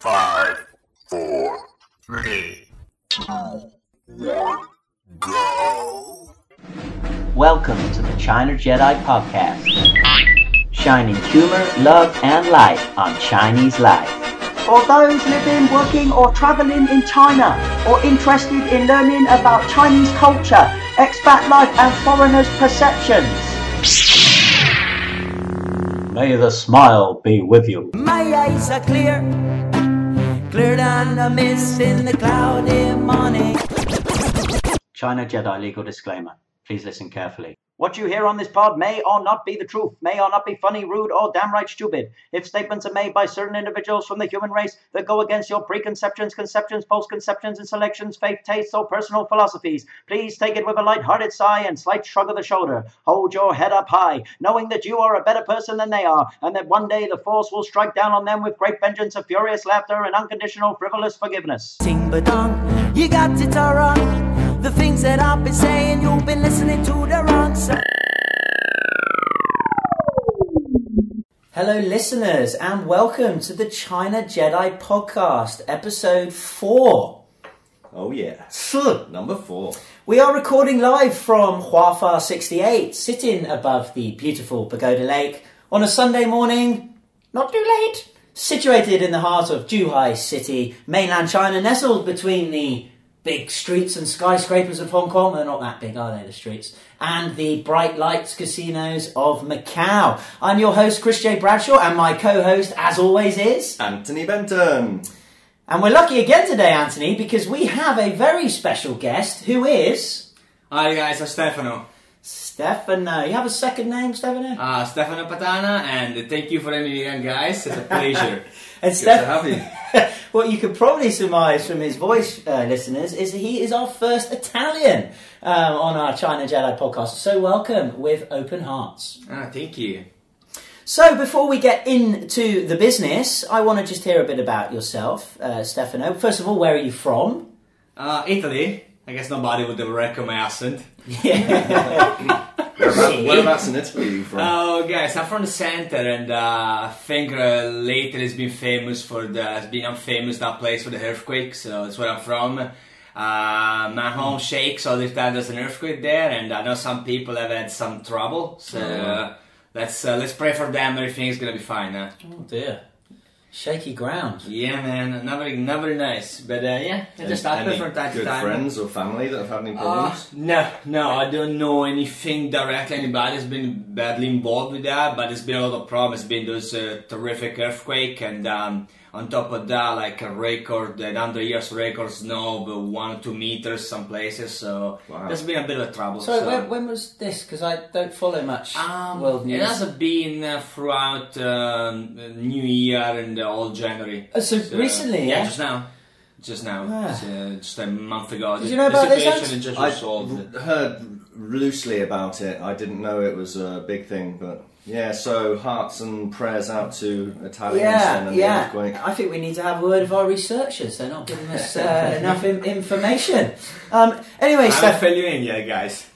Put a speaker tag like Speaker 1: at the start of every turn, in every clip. Speaker 1: Five, four, three, two, one, go.
Speaker 2: Welcome to the China Jedi Podcast, shining humor, love, and light on Chinese life. For those living, working, or traveling in China, or interested in learning about Chinese culture, expat life, and foreigners' perceptions. May the smile be with you.
Speaker 3: My eyes are clear, cleared on the mist in the cloudy morning.
Speaker 2: China Jedi legal disclaimer. Please listen carefully. What you hear on this pod may or not be the truth, may or not be funny, rude, or damn right stupid. If statements are made by certain individuals from the human race that go against your preconceptions, conceptions, postconceptions, and selections, faith, tastes, or personal philosophies, please take it with a light-hearted sigh and slight shrug of the shoulder. Hold your head up high, knowing that you are a better person than they are, and that one day the force will strike down on them with great vengeance of furious laughter and unconditional frivolous forgiveness.
Speaker 3: Ting ba dong, you got it all wrong. The things that I've been saying, you've been listening to the wrong side.
Speaker 2: Hello, listeners, and welcome to the China Jedi Podcast, episode four.
Speaker 4: Oh yeah, number four.
Speaker 2: We are recording live from Huafa 68, sitting above the beautiful Pagoda Lake on a Sunday morning, not too late, situated in the heart of Zhuhai City, mainland China, nestled between the big streets and skyscrapers of Hong Kong. They're not that big, are they, the streets? And the bright lights casinos of Macau. I'm your host, Chris J. Bradshaw, and my co host, as always, is.
Speaker 4: Anthony Benton.
Speaker 2: And we're lucky again today, Anthony, because we have a very special guest who is.
Speaker 5: Hi guys, I'm Stefano.
Speaker 2: Stefano. You have a second name, Stefano?
Speaker 5: Uh, Stefano Patana, and thank you for having me again, guys. It's a pleasure.
Speaker 2: and
Speaker 4: Good to have you.
Speaker 2: what you could probably surmise from his voice, uh, listeners, is that he is our first Italian um, on our China Jedi podcast. So welcome with open hearts.
Speaker 5: ah, thank you.
Speaker 2: So before we get into the business, I want to just hear a bit about yourself, uh, Stefano. First of all, where are you from?
Speaker 5: Uh, Italy. I guess nobody would ever reckon my accent.
Speaker 4: Whereabouts, whereabouts in Italy are you from?
Speaker 5: Oh, guys, I'm from the center, and uh, I think uh, lately it's been famous for the has been I'm famous that place for the earthquake, so that's where I'm from. Uh, my
Speaker 4: Hmm.
Speaker 5: home shakes all the time. There's an earthquake there, and I know some people have had some trouble.
Speaker 4: Oh,
Speaker 5: So uh, let's uh, let's pray for them. Everything's gonna be fine. Uh.
Speaker 2: Oh dear, shaky ground.
Speaker 5: Yeah, man, not very, not very nice. But uh, yeah, it just happens
Speaker 4: Any
Speaker 5: from time to
Speaker 4: good
Speaker 5: time.
Speaker 4: friends or family that have had any
Speaker 5: Uh,
Speaker 4: problems?
Speaker 5: no, no, I don't know anything directly. Anybody's been badly involved with that, but it's been a lot of problems. It's been those uh, terrific earthquake, and um, on top of that, like a record, an under years record snow, but one or two meters some places. So
Speaker 4: Wow.
Speaker 5: there's been a bit of trouble.
Speaker 2: So,
Speaker 5: so.
Speaker 2: When, when was this? Because I don't follow much
Speaker 5: Um,
Speaker 2: world news.
Speaker 5: It has been uh, throughout um, New Year and uh, all January.
Speaker 2: Oh, so recently,
Speaker 5: yeah,
Speaker 2: yeah?
Speaker 5: just now, just now,
Speaker 2: Ah.
Speaker 5: It's, uh, just a month ago.
Speaker 2: Did you know about
Speaker 5: the
Speaker 2: this,
Speaker 5: situation
Speaker 2: Ant?
Speaker 5: is just
Speaker 4: I
Speaker 5: resolved.
Speaker 4: r- heard loosely about it. I didn't know it was a big thing, but yeah. So hearts and prayers out to Italians
Speaker 2: Yeah,
Speaker 4: and the
Speaker 2: yeah.
Speaker 4: earthquake.
Speaker 2: I think we need to have a word of our researchers. They're not giving us uh, enough in- information. Um, anyway,
Speaker 5: I'm a
Speaker 2: Steph,
Speaker 5: failure in India, guys.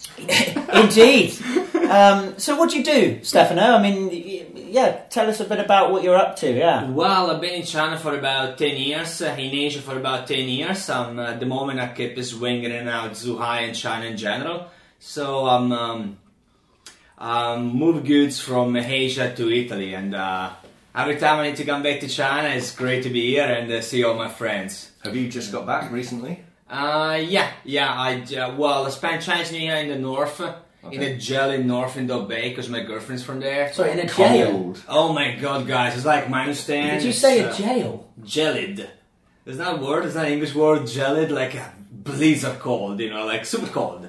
Speaker 2: indeed. Um, so, what do you do, Stefano? I mean, y- yeah, tell us a bit about what you're up to. Yeah.
Speaker 5: Well, I've been in China for about 10 years, uh, in Asia for about 10 years. I'm, uh, at the moment, I keep swinging in and out Zhuhai and China in general. So I'm um, um, move goods from Asia to Italy, and uh, every time I need to come back to China, it's great to be here and uh, see all my friends.
Speaker 4: Have you just got back recently?
Speaker 5: Uh, yeah, yeah. I uh, well, I spent Chinese New Year in the north, uh, in
Speaker 4: Okay.
Speaker 5: a jail in North Indo Bay, because my girlfriend's from there.
Speaker 2: Sorry, in a jail.
Speaker 4: Cold.
Speaker 5: Oh my god, guys, it's like minus ten.
Speaker 2: Did you say a
Speaker 5: it's, uh,
Speaker 2: jail?
Speaker 5: gelid. There's not a word, there's not an English word, gelid, like a blizzard cold, you know, like super cold.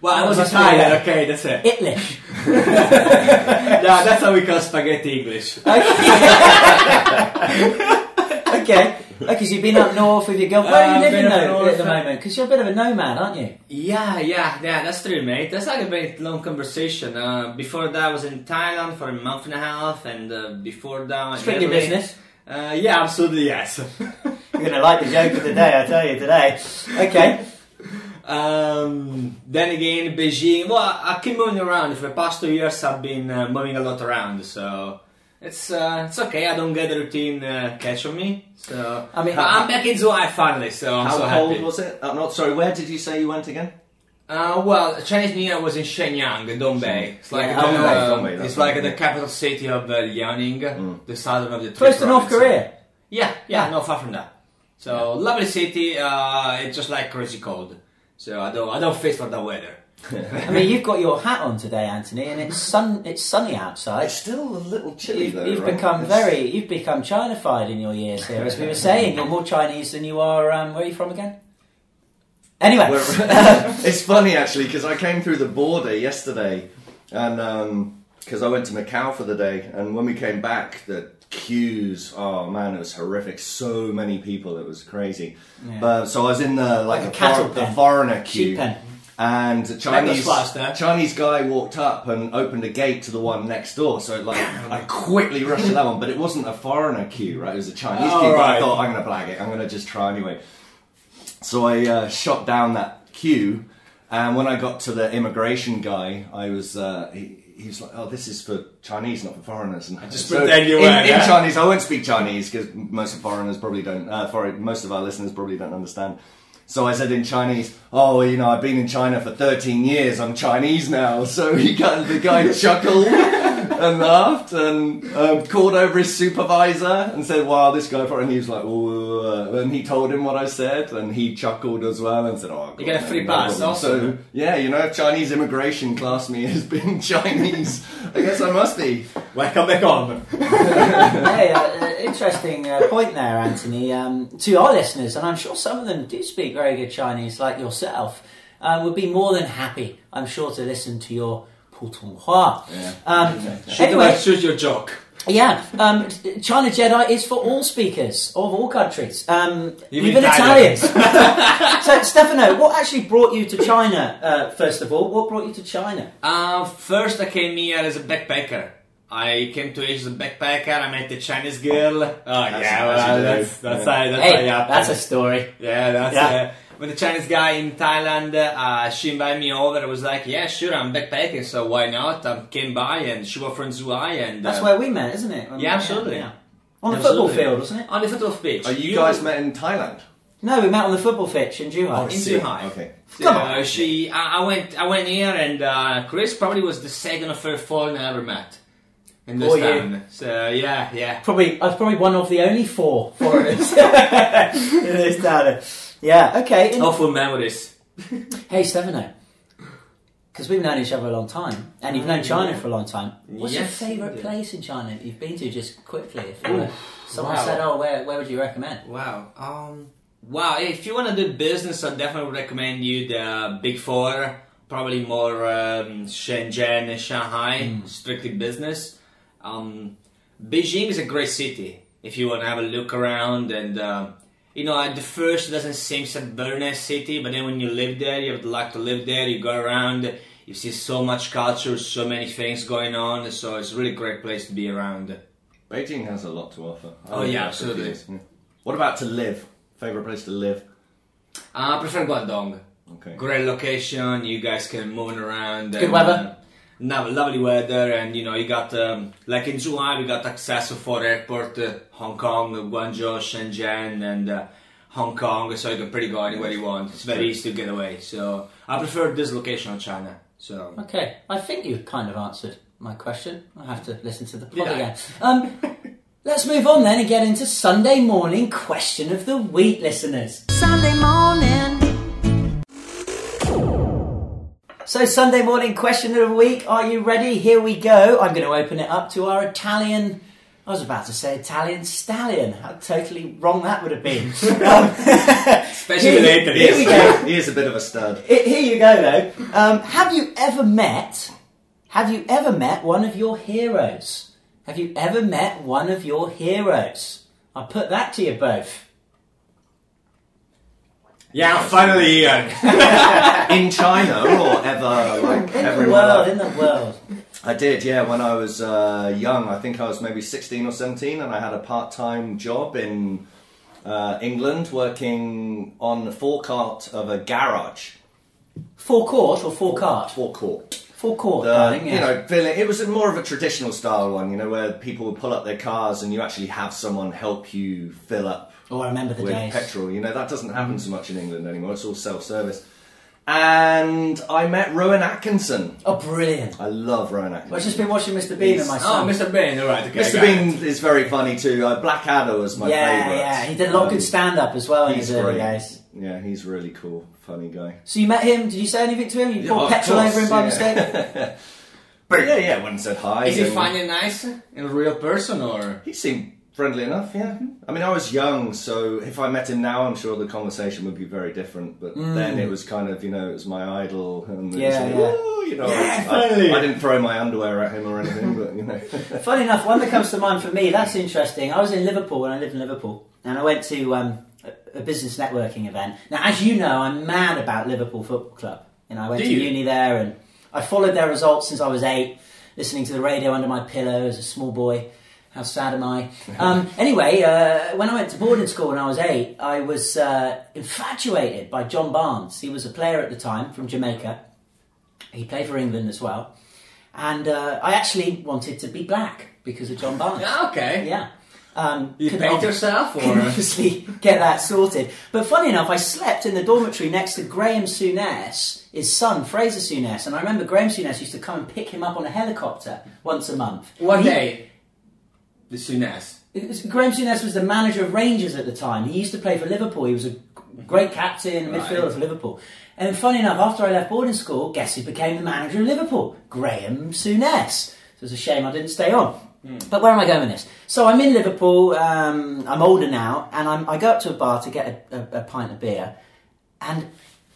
Speaker 5: Well, I was
Speaker 2: Must be
Speaker 5: Italian,
Speaker 2: that.
Speaker 5: okay, that's it.
Speaker 2: Itlish.
Speaker 5: Yeah, that's how we call spaghetti English.
Speaker 2: Okay. Because you've been up north with your girlfriend. Where are
Speaker 5: Uh,
Speaker 2: you living
Speaker 5: been up
Speaker 2: though at
Speaker 5: north,
Speaker 2: the
Speaker 5: uh,
Speaker 2: moment? Because you're a bit of a nomad, aren't you?
Speaker 5: Yeah, yeah, yeah, that's true, mate. That's like a very long conversation. Uh, before that, I was in Thailand for a month and a half, and uh, before that, in
Speaker 2: Strictly
Speaker 5: Italy.
Speaker 2: business.
Speaker 5: Uh, yeah, absolutely, yes.
Speaker 2: You're going to like the joke of the day, I tell you today. Okay.
Speaker 5: Um, then again, Beijing. Well, I I keep moving around. For the past two years, I've been uh, moving a lot around. So It's uh, it's okay. I don't get the routine uh, catch on me. So
Speaker 4: I mean,
Speaker 5: But I'm back in July finally. So I'm
Speaker 4: How
Speaker 5: so
Speaker 4: cold
Speaker 5: happy.
Speaker 4: was it? Uh, not sorry. Where did you say you went again?
Speaker 5: Uh, well, Chinese New Year was in Shenyang, Dongbei. It's like
Speaker 4: Yeah,
Speaker 5: the,
Speaker 4: Dongbei,
Speaker 5: um,
Speaker 4: Dongbei, Mm. that's
Speaker 5: it's like
Speaker 4: right,
Speaker 5: the
Speaker 4: yeah.
Speaker 5: capital city of uh, Liaoning, the southern of the. three
Speaker 2: Close to North
Speaker 5: provinces.
Speaker 2: Korea.
Speaker 5: Yeah, yeah, not far from that. So lovely city. Uh, it's just like crazy cold. So I don't I don't fit for the weather.
Speaker 2: I mean, you've got your hat on today, Anthony, and it's sun. It's sunny outside.
Speaker 4: It's still a little chilly
Speaker 2: You've,
Speaker 4: though.
Speaker 2: you've
Speaker 4: right?
Speaker 2: become
Speaker 4: It's-
Speaker 2: very, you've become Chinafied in your years here. As we were saying, you're more Chinese than you are. Um, where are you from again? Anyway,
Speaker 4: Where- it's funny actually because I came through the border yesterday, and because I went to Macau for the day, and when we came back, the queues. Oh man, it was horrific. So many people, it was crazy. But so I was in the
Speaker 2: Like
Speaker 4: like,
Speaker 2: a
Speaker 4: the
Speaker 2: cattle
Speaker 4: for- the
Speaker 2: pen.
Speaker 4: foreigner queue.
Speaker 2: Sheep pen.
Speaker 4: And a Chinese
Speaker 5: fast, eh?
Speaker 4: Chinese guy walked up and opened a gate to the one next door. So like
Speaker 2: Oh
Speaker 4: I quickly rushed to that one, but it wasn't a foreigner queue, right? It was a Chinese
Speaker 5: All
Speaker 4: queue. But I
Speaker 5: Oh, right.
Speaker 4: thought I'm gonna blag it. I'm gonna just try anyway. So I uh, shot down that queue, and when I got to the immigration guy, I was uh, he, he was like, "Oh, this is for Chinese, not for foreigners." And I
Speaker 5: just pretend you
Speaker 4: in,
Speaker 5: were,
Speaker 4: in
Speaker 5: yeah?
Speaker 4: Chinese. I won't speak Chinese because most of foreigners probably don't. Uh, for most of our listeners probably don't understand. So I said in Chinese, "Oh, you know, I've been in China for 13 years. I'm Chinese now." So he got the guy chuckled and laughed and um, called over his supervisor and said, "Wow, this guy." And he was like, "Ooh," and he told him what I said, and he chuckled as well and said, "Oh,
Speaker 5: You get a free pass,
Speaker 4: problem."
Speaker 5: awesome.
Speaker 4: So yeah, you know, if Chinese immigration class me as being Chinese, I guess I must be.
Speaker 5: Welcome back home.
Speaker 2: hey, uh, uh, interesting uh, point there, Anthony. Um, to our listeners, and I'm sure some of them do speak very good Chinese, like yourself, um, would be more than happy, I'm sure, to listen to your Putonghua. Um,
Speaker 5: Anyway,
Speaker 2: Anyway,
Speaker 5: shoot your joke.
Speaker 2: yeah, um, China Jedi is for all speakers of all countries, um,
Speaker 5: Even
Speaker 2: even,
Speaker 5: Italians.
Speaker 2: Italians. so, Stefano, what actually brought you to China? Uh, first of all, what brought you to China?
Speaker 5: Uh, first, I came here as a backpacker. I came to Asia as a backpacker. I met a Chinese girl. Oh yeah,
Speaker 4: as you
Speaker 5: well,
Speaker 4: do.
Speaker 5: that's that's
Speaker 4: Yeah.
Speaker 5: how that's how it happened.
Speaker 2: that's a story.
Speaker 5: Yeah, that's
Speaker 2: Yeah.
Speaker 5: Uh, when the Chinese guy in Thailand, uh, she invited me over. I was like, yeah, sure, I'm backpacking, so why not? I came by, and she was from Zhuhai, and
Speaker 2: That's
Speaker 5: uh,
Speaker 2: where we met, isn't it? When we
Speaker 5: Yeah,
Speaker 2: met,
Speaker 5: absolutely.
Speaker 2: On the
Speaker 5: Absolutely.
Speaker 2: football field, wasn't it?
Speaker 5: on the foot of beach.
Speaker 4: Oh, you, guys met in Thailand?
Speaker 2: No, we met on the football pitch in Zhuhai.
Speaker 5: see.
Speaker 4: See,
Speaker 5: Thai.
Speaker 4: Okay.
Speaker 5: So
Speaker 2: Come on.
Speaker 5: She, I, I went, I went here, and uh, Chris probably was the second or third foreigner I ever met in this
Speaker 2: Were you?
Speaker 5: town. So yeah, yeah.
Speaker 2: Probably, I was probably one of the only four foreigners in this town. Yeah, okay. in-
Speaker 5: Awful Oh, memories.
Speaker 2: Hey, Stefano. Because we've known each other a long time, and you've known China for a long time. What's
Speaker 5: Oh, Yes,
Speaker 2: your favourite
Speaker 5: indeed.
Speaker 2: place in China that you've been to, just quickly? If you were- someone
Speaker 5: wow.
Speaker 2: said, oh, where, where would you recommend?
Speaker 5: Wow. Um. Wow. If you want to do business, I definitely would recommend you the Big Four. Probably more um, Shenzhen and Shanghai, strictly business. Um, Beijing is a great city if you want to have a look around and. um you know, at the first it doesn't seem such a very nice city, but then when you live there, you have the luck to live there, you go around, you see so much culture, so many things going on, so it's really great place to be around.
Speaker 4: Beijing has a lot to offer. I
Speaker 5: Oh,
Speaker 4: was
Speaker 5: yeah,
Speaker 4: quite
Speaker 5: absolutely.
Speaker 4: confused. Yeah. What about to live? Favorite place to live?
Speaker 5: Uh, I prefer Guangdong.
Speaker 4: Okay.
Speaker 5: Great location. You guys can move around. um,
Speaker 2: Good weather.
Speaker 5: no, lovely weather, and you know you got um, like in Zhuhai we got access to four airport, uh, Hong Kong, Guangzhou, Shenzhen, and uh, Hong Kong. So you can pretty go anywhere you want. It's very easy to get away. So I prefer this location of China. So
Speaker 2: Okay, I think you kind of answered my question. I have to listen to the pod
Speaker 5: Did I?
Speaker 2: again. Um, let's move on then and get into Sunday morning question of the week, listeners.
Speaker 3: Sunday morning.
Speaker 2: So, Sunday morning question of the week, are you ready? Here we go. I'm going to open it up to our Italian. I was about to say Italian stallion. How totally wrong that would have been. Um,
Speaker 5: especially in
Speaker 2: Here-
Speaker 5: Italy.
Speaker 2: here we go.
Speaker 4: He is a bit of a stud.
Speaker 2: Here- Here you go, though. Um, have you ever met? Have you ever met one of your heroes? Have you ever met one of your heroes? I put that to you both.
Speaker 5: Yeah, I'm finally here.
Speaker 4: In China or ever, like,
Speaker 2: In
Speaker 4: ever
Speaker 2: the
Speaker 4: in my
Speaker 2: world,
Speaker 4: life?
Speaker 2: in the world.
Speaker 4: I did, yeah. When I was uh, young, I think I was maybe 16 or 17, and I had a part time job in uh, England working on the forecourt of a garage.
Speaker 2: Forecourt or forecourt?
Speaker 4: Forecourt.
Speaker 5: Full court,
Speaker 4: the,
Speaker 5: darling. Yes.
Speaker 4: Uh, you know, filling. It was more of a traditional style one, you know, where people would pull up their cars and you actually have someone help you fill up
Speaker 2: Oh, I remember the
Speaker 4: with
Speaker 2: days. Mm-hmm.
Speaker 4: petrol. You know, that doesn't happen so much in England anymore. It's all self-service. And I met Rowan Atkinson.
Speaker 2: Oh, brilliant.
Speaker 4: I love Rowan
Speaker 2: I've
Speaker 4: Atkinson.
Speaker 2: just been watching Mr. Bean and my
Speaker 5: oh,
Speaker 2: son.
Speaker 5: Mr. Bean. All right, okay,
Speaker 4: Mr.
Speaker 5: got it.
Speaker 4: Bean is very funny too. Uh, Blackadder was my
Speaker 2: yeah,
Speaker 4: favourite.
Speaker 2: yeah. He did a lot of
Speaker 4: Um,
Speaker 2: good stand up as well in
Speaker 4: he's
Speaker 2: his early
Speaker 4: great.
Speaker 2: days.
Speaker 4: Yeah, he's really cool, funny guy.
Speaker 2: So you met him? Did you say anything to him? You poured
Speaker 4: of
Speaker 2: petrol
Speaker 4: course,
Speaker 2: over him by
Speaker 4: yeah.
Speaker 2: mistake?
Speaker 4: But yeah, yeah, went and said hi.
Speaker 5: Is he
Speaker 4: and-
Speaker 5: funny and nice in real person or?
Speaker 4: He seemed friendly enough, yeah. I mean, I was young, so if I met him now, I'm sure the conversation would be very different. But then it was kind of, you know, it was my idol, and it was
Speaker 2: Mm. Yeah,
Speaker 4: like,
Speaker 2: yeah.
Speaker 4: "Woo," you know,
Speaker 2: Yeah,
Speaker 4: I,
Speaker 2: finally.
Speaker 4: I, didn't throw my underwear at him or anything, but you know,
Speaker 2: Funny enough, one that comes to mind for me, that's interesting. I was in Liverpool when I lived in Liverpool, and I went to um, a, a business networking event. Now, as you know, I'm mad about Liverpool Football Club. You know, I went
Speaker 5: Do
Speaker 2: to
Speaker 5: you?
Speaker 2: uni there, and I followed their results since I was eight, listening to the radio under my pillow as a small boy. How sad am I? Um, anyway, uh, when I went to boarding school when I was eight, I was uh, infatuated by John Barnes. He was a player at the time from Jamaica. He played for England as well. And uh, I actually wanted to be black because of John Barnes.
Speaker 5: Ah, okay.
Speaker 2: Yeah. Um,
Speaker 5: You
Speaker 2: couldn't
Speaker 5: paint
Speaker 2: ob-
Speaker 5: yourself
Speaker 2: couldn't
Speaker 5: or?
Speaker 2: obviously get that sorted. But funny enough, I slept in the dormitory next to Graham Souness, his son Fraser Souness, and I remember Graham Souness used to come and pick him up on a helicopter once a month.
Speaker 5: What
Speaker 2: He-
Speaker 5: day? The Sunas.
Speaker 2: it was- Graham Souness was the manager of Rangers at the time. He used to play for Liverpool. He was a g- great captain, midfielder for Liverpool. And funny enough, after I left boarding school, guess who became the manager of Liverpool? Graham Souness. So it's a shame I didn't stay on. But where am I going with this? So I'm in Liverpool. Um, I'm older now, and I'm, I go up to a bar to get a, a, a pint of beer, and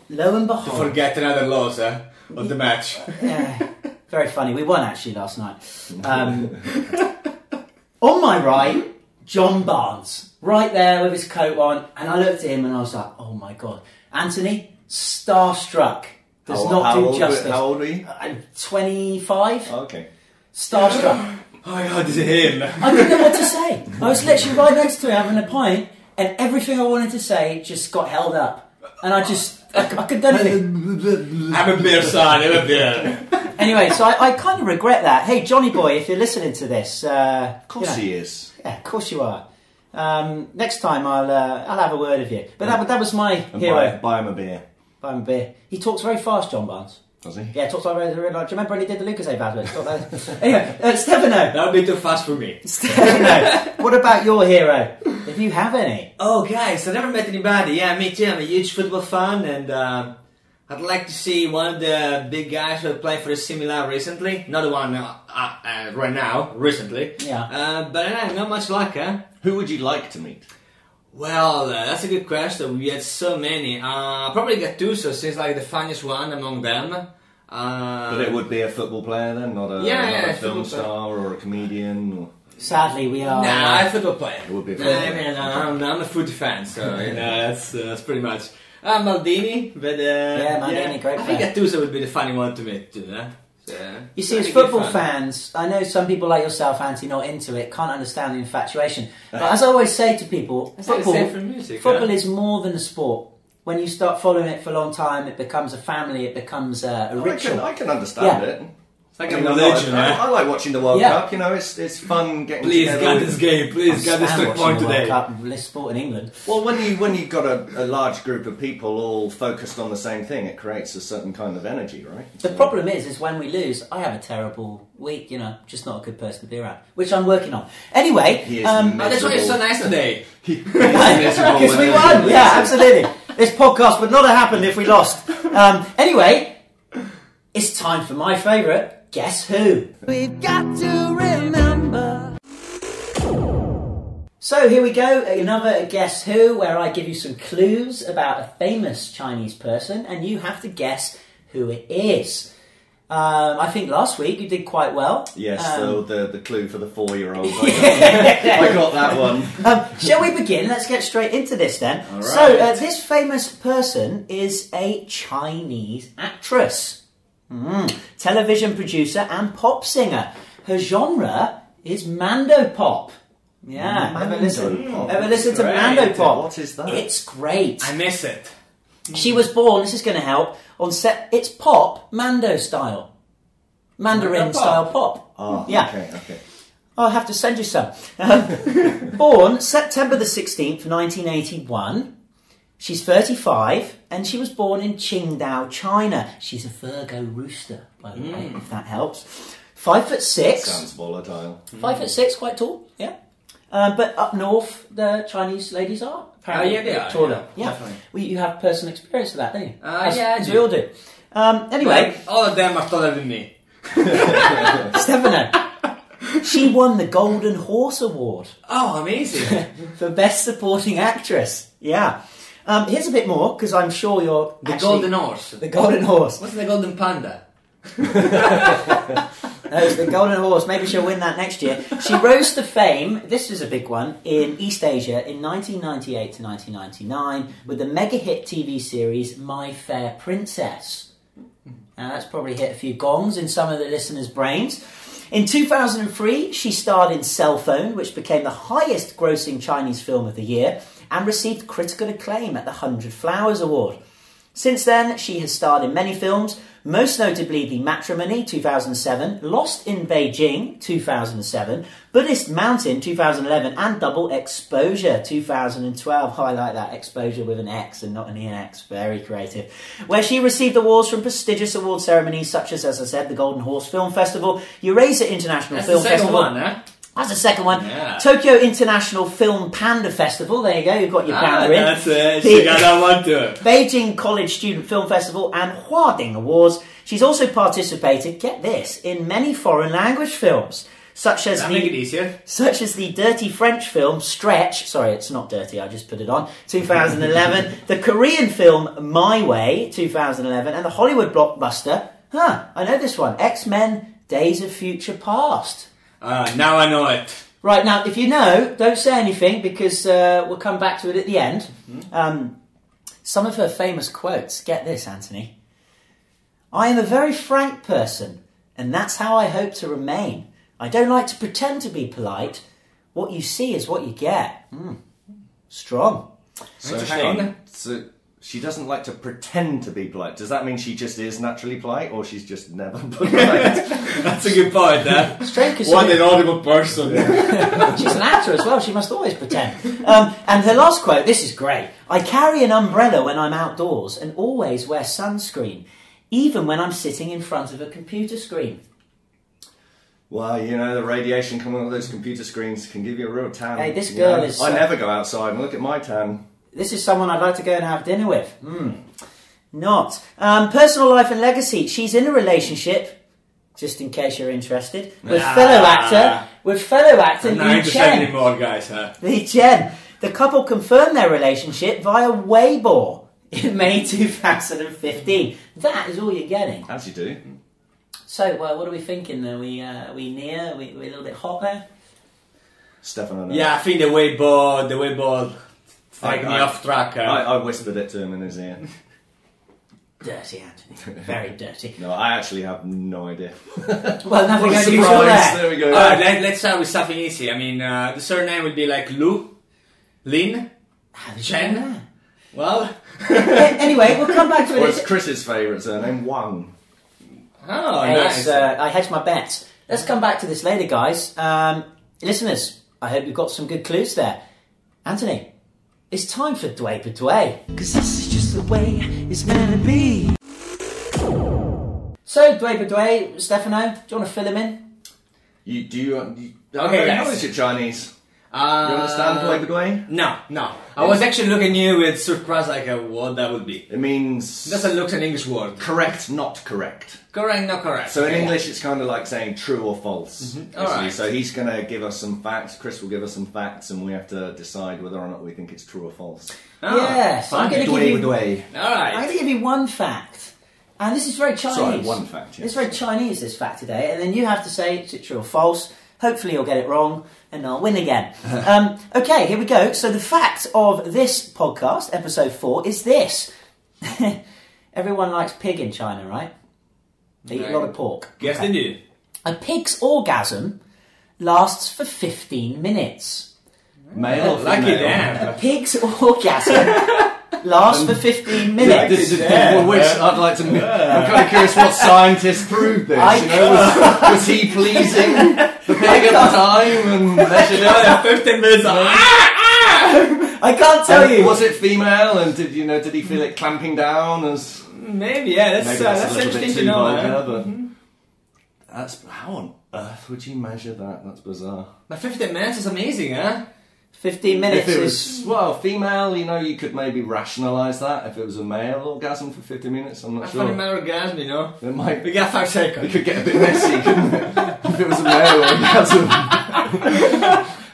Speaker 2: lo and behold,
Speaker 5: Forget another loss, eh? Of the match.
Speaker 2: yeah, very funny. We won actually last night. Um, on my right, John Barnes, right there with his coat on, and I looked at him and I was like, "Oh my god, Anthony, starstruck." Does
Speaker 4: How-
Speaker 2: not
Speaker 4: how
Speaker 2: do
Speaker 4: old-
Speaker 2: justice.
Speaker 4: how old Oh. were you?
Speaker 2: I'm 25.
Speaker 4: okay.
Speaker 2: Starstruck.
Speaker 5: Oh my god, it's him!
Speaker 2: I didn't know what to say. I was literally right next to him having a pint, and everything I wanted to say just got held up, and I just I, I could do anything.
Speaker 5: Have a beer, son, have a beer!
Speaker 2: Anyway, so I, I kind of regret that. Hey, Johnny boy, if you're listening to this, uh,
Speaker 4: Of course he is.
Speaker 2: yeah, of course you are. Um, next time I'll uh, I'll have a word of you. But that that was my
Speaker 4: And buy,
Speaker 2: hero.
Speaker 4: buy him a beer,
Speaker 2: Buy him a beer. He talks very fast, John Barnes.
Speaker 4: does he?
Speaker 2: Yeah, talks like very, very like. Do you remember when he did the Lucas advert? Talk like that. anyway, uh, Stefano,
Speaker 5: That would be too fast for me.
Speaker 2: Stefano, what about your hero? If you have any,
Speaker 5: Oh, guys, I never met anybody. Yeah, me too. I'm a huge football fan, and um, I'd like to see one of the big guys who played for AC Milan recently. Not the one uh, uh, uh, right now, recently.
Speaker 2: Yeah.
Speaker 5: Uh, but uh, not much luck, huh?
Speaker 4: Who would you like to meet?
Speaker 5: Well, uh, that's a good question. We had so many. Uh, probably Gattuso seems like the funniest one among them. Uh,
Speaker 4: But it would be a football player then, not a,
Speaker 5: Yeah,
Speaker 4: not
Speaker 5: yeah,
Speaker 4: a film
Speaker 5: football player.
Speaker 4: star or a comedian. Or...
Speaker 2: sadly we are. uh,
Speaker 5: Nah, a football player.
Speaker 4: Uh, It would be a
Speaker 5: Nah,
Speaker 4: football
Speaker 5: I
Speaker 4: player.
Speaker 5: mean, I'm, I'm a food fan, so you know, that's, uh, that's pretty much. Uh, Maldini, but uh,
Speaker 2: Yeah, Maldini, great
Speaker 5: I think
Speaker 2: player.
Speaker 5: Gattuso would be the funny one to meet too. Huh? So,
Speaker 2: You see, as
Speaker 5: pretty good
Speaker 2: football
Speaker 5: fun.
Speaker 2: fans, I know some people like yourself, Anti, not into it, can't understand the infatuation. But as I always say to people,
Speaker 5: It's like the
Speaker 2: football,
Speaker 5: same for music,
Speaker 2: football
Speaker 5: huh?
Speaker 2: is more than a sport. When you start following it for a long time, it becomes a family, it becomes a, a
Speaker 4: I can,
Speaker 2: ritual.
Speaker 4: I can understand
Speaker 2: Yeah.
Speaker 4: it.
Speaker 5: it's like a
Speaker 4: I mean, I
Speaker 5: religion.
Speaker 4: like-
Speaker 5: huh?
Speaker 4: I, I like watching the World
Speaker 2: Yeah.
Speaker 4: Cup. You know, it's it's fun getting
Speaker 5: Please,
Speaker 4: together
Speaker 5: got
Speaker 4: with-
Speaker 5: this game. Please, got this
Speaker 2: Stand
Speaker 5: trick
Speaker 2: watching
Speaker 5: point
Speaker 2: the World
Speaker 5: today.
Speaker 2: Cup, less sport in England.
Speaker 4: Well, when you when you've got a, a large group of people all focused on the same thing, it creates a certain kind of energy, right?
Speaker 2: The problem is, is when we lose, I have a terrible week. You know, just not a good person to be around, which I'm working on. Anyway,
Speaker 4: He is
Speaker 2: um,
Speaker 5: Oh, that's why it's so nice today.
Speaker 2: Because we won, yeah, absolutely. This podcast would not have happened if we lost. Um, anyway, it's time for my favourite. Guess who?
Speaker 3: We've got to remember.
Speaker 2: So here we go, another Guess Who, where I give you some clues about a famous Chinese person, and you have to guess who it is. Um, I think last week you did quite well.
Speaker 4: Yes,
Speaker 2: Um,
Speaker 4: the, the the clue for the four year old. I got that one.
Speaker 2: um, shall we begin? Let's get straight into this then. So, uh, this famous person is a Chinese actress, Mm. television producer, and pop singer. Her genre is Mando Pop. Yeah, ever
Speaker 4: Mando
Speaker 2: listen,
Speaker 4: pop.
Speaker 2: ever listen to
Speaker 5: Great.
Speaker 2: Mando Pop?
Speaker 4: What is that?
Speaker 2: It's great.
Speaker 5: I miss it.
Speaker 2: She was born, this is going to help, on set. It's pop, Mando style. Mandarin style pop.
Speaker 4: Ah,
Speaker 2: Yeah.
Speaker 4: Okay, okay.
Speaker 2: I'll have to send you some. Um, born September the 16th, 1981. She's 35 and she was born in Qingdao, China. She's a Virgo rooster, by the way, if that helps. Five foot six.
Speaker 4: Sounds volatile.
Speaker 2: Five foot six, quite tall. Yeah. Um, but up north, the Chinese ladies are apparently
Speaker 5: Oh, yeah, they are,
Speaker 2: taller.
Speaker 5: yeah,
Speaker 2: Yeah,
Speaker 5: definitely.
Speaker 2: Well, you have personal experience of that, don't you?
Speaker 5: Uh,
Speaker 2: as,
Speaker 5: yeah, I
Speaker 2: as
Speaker 5: do.
Speaker 2: we all do. Um, anyway,
Speaker 5: all of them are taller than me.
Speaker 2: Stefano, she won the Golden Horse Award
Speaker 5: Oh, amazing!
Speaker 2: for Best Supporting Actress. Yeah. Um, here's a bit more because I'm sure you're
Speaker 5: the
Speaker 2: actually-
Speaker 5: golden horse.
Speaker 2: The Golden Horse.
Speaker 5: What's the golden panda?
Speaker 2: No, the Golden Horse. Maybe she'll win that next year. She rose to fame. This is a big one in East Asia in 1998 to 1999 with the mega hit TV series My Fair Princess. Now that's probably hit a few gongs in some of the listeners' brains. In 2003, she starred in Cell Phone, which became the highest grossing Chinese film of the year and received critical acclaim at the 100 Flowers Award. Since then, she has starred in many films, most notably The Matrimony 2007, Lost in Beijing 2007, Buddhist Mountain 2011, and Double Exposure 2012. Highlight that exposure with an X and not an ENX. Very creative. Where she received awards from prestigious award ceremonies such as, as I said, the Golden Horse Film Festival, Eurasia International
Speaker 5: That's
Speaker 2: Film
Speaker 5: the second
Speaker 2: Festival.
Speaker 5: one, huh?
Speaker 2: That's the second one.
Speaker 5: Yeah.
Speaker 2: Tokyo International Film Panda Festival. There you go. You've got your
Speaker 5: Ah,
Speaker 2: panda in.
Speaker 5: that's it. She got that one too.
Speaker 2: Beijing College Student Film Festival and Hua Ding Awards. She's also participated, get this, in many foreign language films, such as
Speaker 5: That make it
Speaker 2: the
Speaker 5: easier.
Speaker 2: such as the dirty French film Stretch. Sorry, it's not dirty. I just put it on. 2011. the Korean film My Way. 2011, and the Hollywood blockbuster. Huh? I know this one. X Men: Days of Future Past.
Speaker 5: Uh, now I know it.
Speaker 2: Right now, if you know, don't say anything because uh, we'll come back to it at the end. Um, some of her famous quotes. Get this, Anthony. I am a very frank person, and that's how I hope to remain. I don't like to pretend to be polite. What you see is what you get. Hmm. Strong.
Speaker 4: So
Speaker 5: That's
Speaker 4: hang
Speaker 5: fine.
Speaker 4: on. So she doesn't like to pretend to be polite. Does that mean she just is naturally polite, or she's just never polite?
Speaker 5: That's a good point, huh?
Speaker 2: Strength is
Speaker 5: What an audible person.
Speaker 2: She's an actor as well. She must always pretend. Um, and her last quote. This is great. I carry an umbrella when I'm outdoors, and always wear sunscreen, even when I'm sitting in front of a computer screen.
Speaker 4: well, you know the radiation coming off those computer screens can give you a real tan.
Speaker 2: Hey, this
Speaker 4: you
Speaker 2: girl is,
Speaker 4: I
Speaker 2: uh,
Speaker 4: never go outside and look at my tan.
Speaker 2: This is someone I'd like to go and have dinner with. Hmm. Not. Um, personal life and legacy. She's in a relationship, just in case you're interested, with
Speaker 5: Nah.
Speaker 2: fellow actor, with fellow actor
Speaker 5: I'm not
Speaker 2: Lee
Speaker 5: interested
Speaker 2: Chen.
Speaker 5: anymore, guys, huh?
Speaker 2: Lee Chen. The couple confirmed their relationship via Weibo in May 2015. That is all you're getting.
Speaker 4: As you do.
Speaker 2: So, well, what are we thinking? Are we, uh, are we near? Are we, we a little bit hot there?
Speaker 4: Stefan, I know.
Speaker 5: Yeah, I think the way ball, the way ball, like me
Speaker 4: I-
Speaker 5: off track. huh?
Speaker 4: I, I whispered it to him in his ear.
Speaker 2: Dirty, Anthony. Very dirty.
Speaker 4: No, I actually have no idea.
Speaker 2: Well, nothing
Speaker 4: Surprise,
Speaker 2: only from there.
Speaker 4: there we go.
Speaker 5: All right, Uh, let, let's start with something easy. I mean, uh, the surname would be like Lu, Lin.
Speaker 2: How did you
Speaker 5: Chen?
Speaker 2: know that?
Speaker 5: Well,
Speaker 2: A- anyway, we'll come back to
Speaker 4: What's
Speaker 2: it.
Speaker 4: Chris's favourite surname? Wang.
Speaker 5: oh,
Speaker 2: Hey,
Speaker 5: nice.
Speaker 2: it's, uh, I hedged my bets. Let's come back to this later, guys. Um, listeners, I hope you've got some good clues there. Anthony, it's time for Dway for Dway.
Speaker 3: Cause this is just the way it's meant to be.
Speaker 2: So, Dway for Dway, Stefano, do you want to fill him in?
Speaker 4: You do you? you
Speaker 5: Okay,
Speaker 4: okay,
Speaker 5: guys.
Speaker 4: how is your Chinese?
Speaker 5: Uh,
Speaker 4: You understand Boy Bedouin?
Speaker 5: No, no. I was actually looking at you with surprise, like uh, what that would be.
Speaker 4: It means
Speaker 5: Doesn't look an English word.
Speaker 4: correct, not correct.
Speaker 5: Correct, not correct.
Speaker 4: So in
Speaker 5: Okay.
Speaker 4: English, it's kind of like saying true or false.
Speaker 2: Mm-hmm.
Speaker 4: basically.
Speaker 5: Alright.
Speaker 4: So he's going to give us some facts. Chris will give us some facts, and we have to decide whether or not we think it's true or false.
Speaker 5: Oh,
Speaker 2: yes, I'm going to
Speaker 4: Bedouin,
Speaker 2: give you.
Speaker 4: Bedouin.
Speaker 5: All
Speaker 2: I'm
Speaker 5: right.
Speaker 2: going to give you one fact, and this is very Chinese.
Speaker 4: Sorry, one fact.
Speaker 2: It's
Speaker 4: Yes.
Speaker 2: very Chinese, this fact today, and then you have to say is it true or false. Hopefully, you'll get it wrong, and I'll win again. um, okay, here we go. So, the fact of this podcast, episode four, is this everyone likes pig in China, right? They eat a lot of pork.
Speaker 5: Guess
Speaker 2: Okay.
Speaker 5: they do.
Speaker 2: A pig's orgasm lasts for 15 minutes.
Speaker 4: Male or
Speaker 5: Lucky
Speaker 4: female?
Speaker 5: damn.
Speaker 2: Pig's orgasm lasts for 15 minutes.
Speaker 4: This is the thing for which I'd like to. I'm kind of curious what scientist proved this.
Speaker 2: I-
Speaker 4: you know, was, was he pleasing the pig at the time and measured it?
Speaker 5: 15 minutes. Ah,
Speaker 2: I can't tell you.
Speaker 4: Was it female? And did you know? Did he feel it clamping down? As
Speaker 5: Maybe, yeah, that's,
Speaker 4: maybe
Speaker 5: uh,
Speaker 4: that's,
Speaker 5: that's,
Speaker 4: a little bit
Speaker 5: interesting
Speaker 4: too
Speaker 5: to know. eh? Mm-hmm.
Speaker 4: vulgar,
Speaker 5: man.
Speaker 4: but that's how on earth would you measure that? That's bizarre.
Speaker 5: But 15 minutes is amazing, huh?
Speaker 2: 15 minutes
Speaker 4: if
Speaker 2: is.
Speaker 4: it was well female, you know, you could maybe rationalise that. If it was a male orgasm for 50 minutes, I'm not
Speaker 5: That's
Speaker 4: sure.
Speaker 5: funny, man, orgasm, you know.
Speaker 4: It might
Speaker 5: We got five
Speaker 4: It
Speaker 5: seconds.
Speaker 4: could get a bit messy, couldn't it? If it was a male orgasm.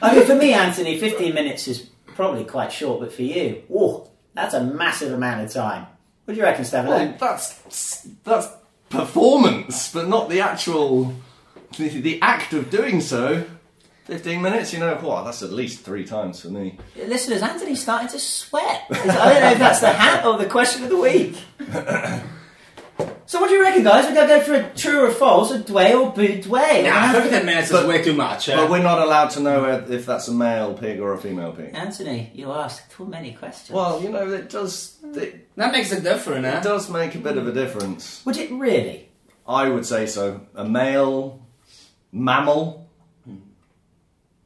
Speaker 2: I mean, for me, Anthony, 15 minutes is probably quite short, but for you, whoa, that's a massive amount of time. What do you reckon, Stefan?
Speaker 4: Well, that's that's performance, but not the actual the, the act of doing so. Fifteen minutes, you know, wow, that's at least three times for me.
Speaker 2: Listeners, Anthony's starting to sweat. I don't know if that's the hat or the question of the week. So what do you reckon, guys? We're going to go for a true or false, a dway or boo dway.
Speaker 5: Nah, 15 minutes is way too much.
Speaker 4: But
Speaker 5: Huh?
Speaker 4: we're not allowed to know if that's a male pig or a female pig.
Speaker 2: Anthony, you asked too many questions.
Speaker 4: Well, you know, it does it,
Speaker 5: That makes it different,
Speaker 4: it
Speaker 5: huh?
Speaker 4: does make a bit of a difference.
Speaker 2: Would it really?
Speaker 4: I would say so. A male mammal